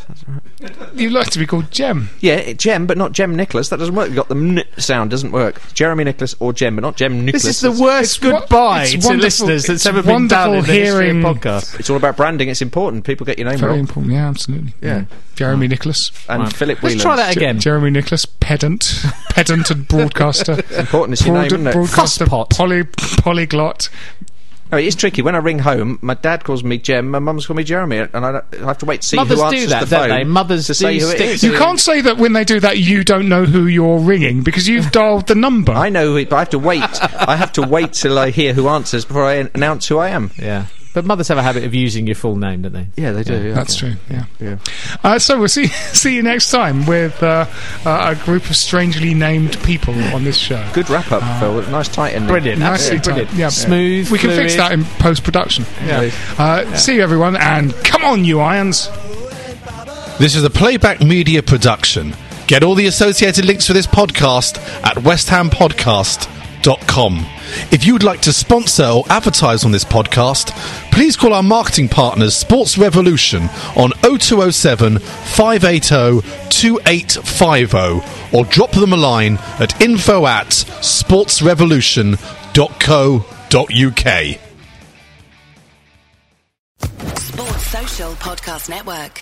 [SPEAKER 1] You like to be called Jem.
[SPEAKER 2] Yeah, it- Jem, but not Jem Nicholas. That doesn't work. You got the n sound doesn't work. Jeremy Nicholas or Jem, but not Jem Nicholas.
[SPEAKER 4] This is the worst
[SPEAKER 1] wo-
[SPEAKER 4] goodbye
[SPEAKER 1] it's
[SPEAKER 4] to
[SPEAKER 1] wonderful-
[SPEAKER 4] listeners that's
[SPEAKER 1] it's
[SPEAKER 4] ever been done in
[SPEAKER 1] wonderful
[SPEAKER 4] the history of
[SPEAKER 1] hearing-
[SPEAKER 4] podcast.
[SPEAKER 2] It's all about branding. It's important. Ah. People get your name
[SPEAKER 1] Very
[SPEAKER 2] wrong.
[SPEAKER 1] important. Yeah, absolutely. Yeah. Jeremy Nicholas.
[SPEAKER 2] And Philip
[SPEAKER 4] Let's
[SPEAKER 2] Whelan.
[SPEAKER 4] try that
[SPEAKER 1] Ge-
[SPEAKER 4] again.
[SPEAKER 1] Jeremy Nicholas, pedant, [LAUGHS] pedant and broadcaster.
[SPEAKER 2] Important is your name, isn't it?
[SPEAKER 1] broadcaster,
[SPEAKER 4] Fusspot.
[SPEAKER 1] poly, polyglot.
[SPEAKER 2] No, Oh, it is tricky. When I ring home, my dad calls me Jem, my mum's called me Jeremy, and I, don't- I have to wait to see
[SPEAKER 4] Mothers
[SPEAKER 2] who
[SPEAKER 4] do
[SPEAKER 2] answers
[SPEAKER 4] that,
[SPEAKER 2] the
[SPEAKER 4] don't
[SPEAKER 2] phone.
[SPEAKER 4] they? Mothers
[SPEAKER 2] to
[SPEAKER 4] do
[SPEAKER 2] say who it
[SPEAKER 4] stick
[SPEAKER 2] is.
[SPEAKER 4] to-
[SPEAKER 1] You can't say that when they do that you don't know who you're ringing because
[SPEAKER 2] [LAUGHS]
[SPEAKER 1] you've dialed the number.
[SPEAKER 2] I know, who it, but I have to wait. [LAUGHS] I have to wait till I hear who answers before I an- announce who I am.
[SPEAKER 4] Yeah, but mothers have a habit of using your full name, don't they?
[SPEAKER 2] Yeah, they do.
[SPEAKER 1] That's true. Yeah. Uh, so we'll see [LAUGHS] see you next time with uh, uh, a group of strangely named people on this show.
[SPEAKER 2] Good wrap up, Phil. Nice tight ending.
[SPEAKER 4] Ah. Brilliant,
[SPEAKER 1] Nicely
[SPEAKER 4] absolutely
[SPEAKER 1] done.
[SPEAKER 4] brilliant,
[SPEAKER 1] Yeah.
[SPEAKER 4] smooth.
[SPEAKER 1] We can fix that
[SPEAKER 4] fluid.
[SPEAKER 1] in post production.
[SPEAKER 4] Yeah.
[SPEAKER 1] Uh, See you everyone, and come on, you irons.
[SPEAKER 5] This is a playback media production. Get all the associated links for this podcast at westhampodcast.com. If you would like to sponsor or advertise on this podcast, please call our marketing partners Sports Revolution on 0207 580 2850 or drop them a line at info at sportsrevolution.co.uk.
[SPEAKER 6] Sports Social Podcast Network.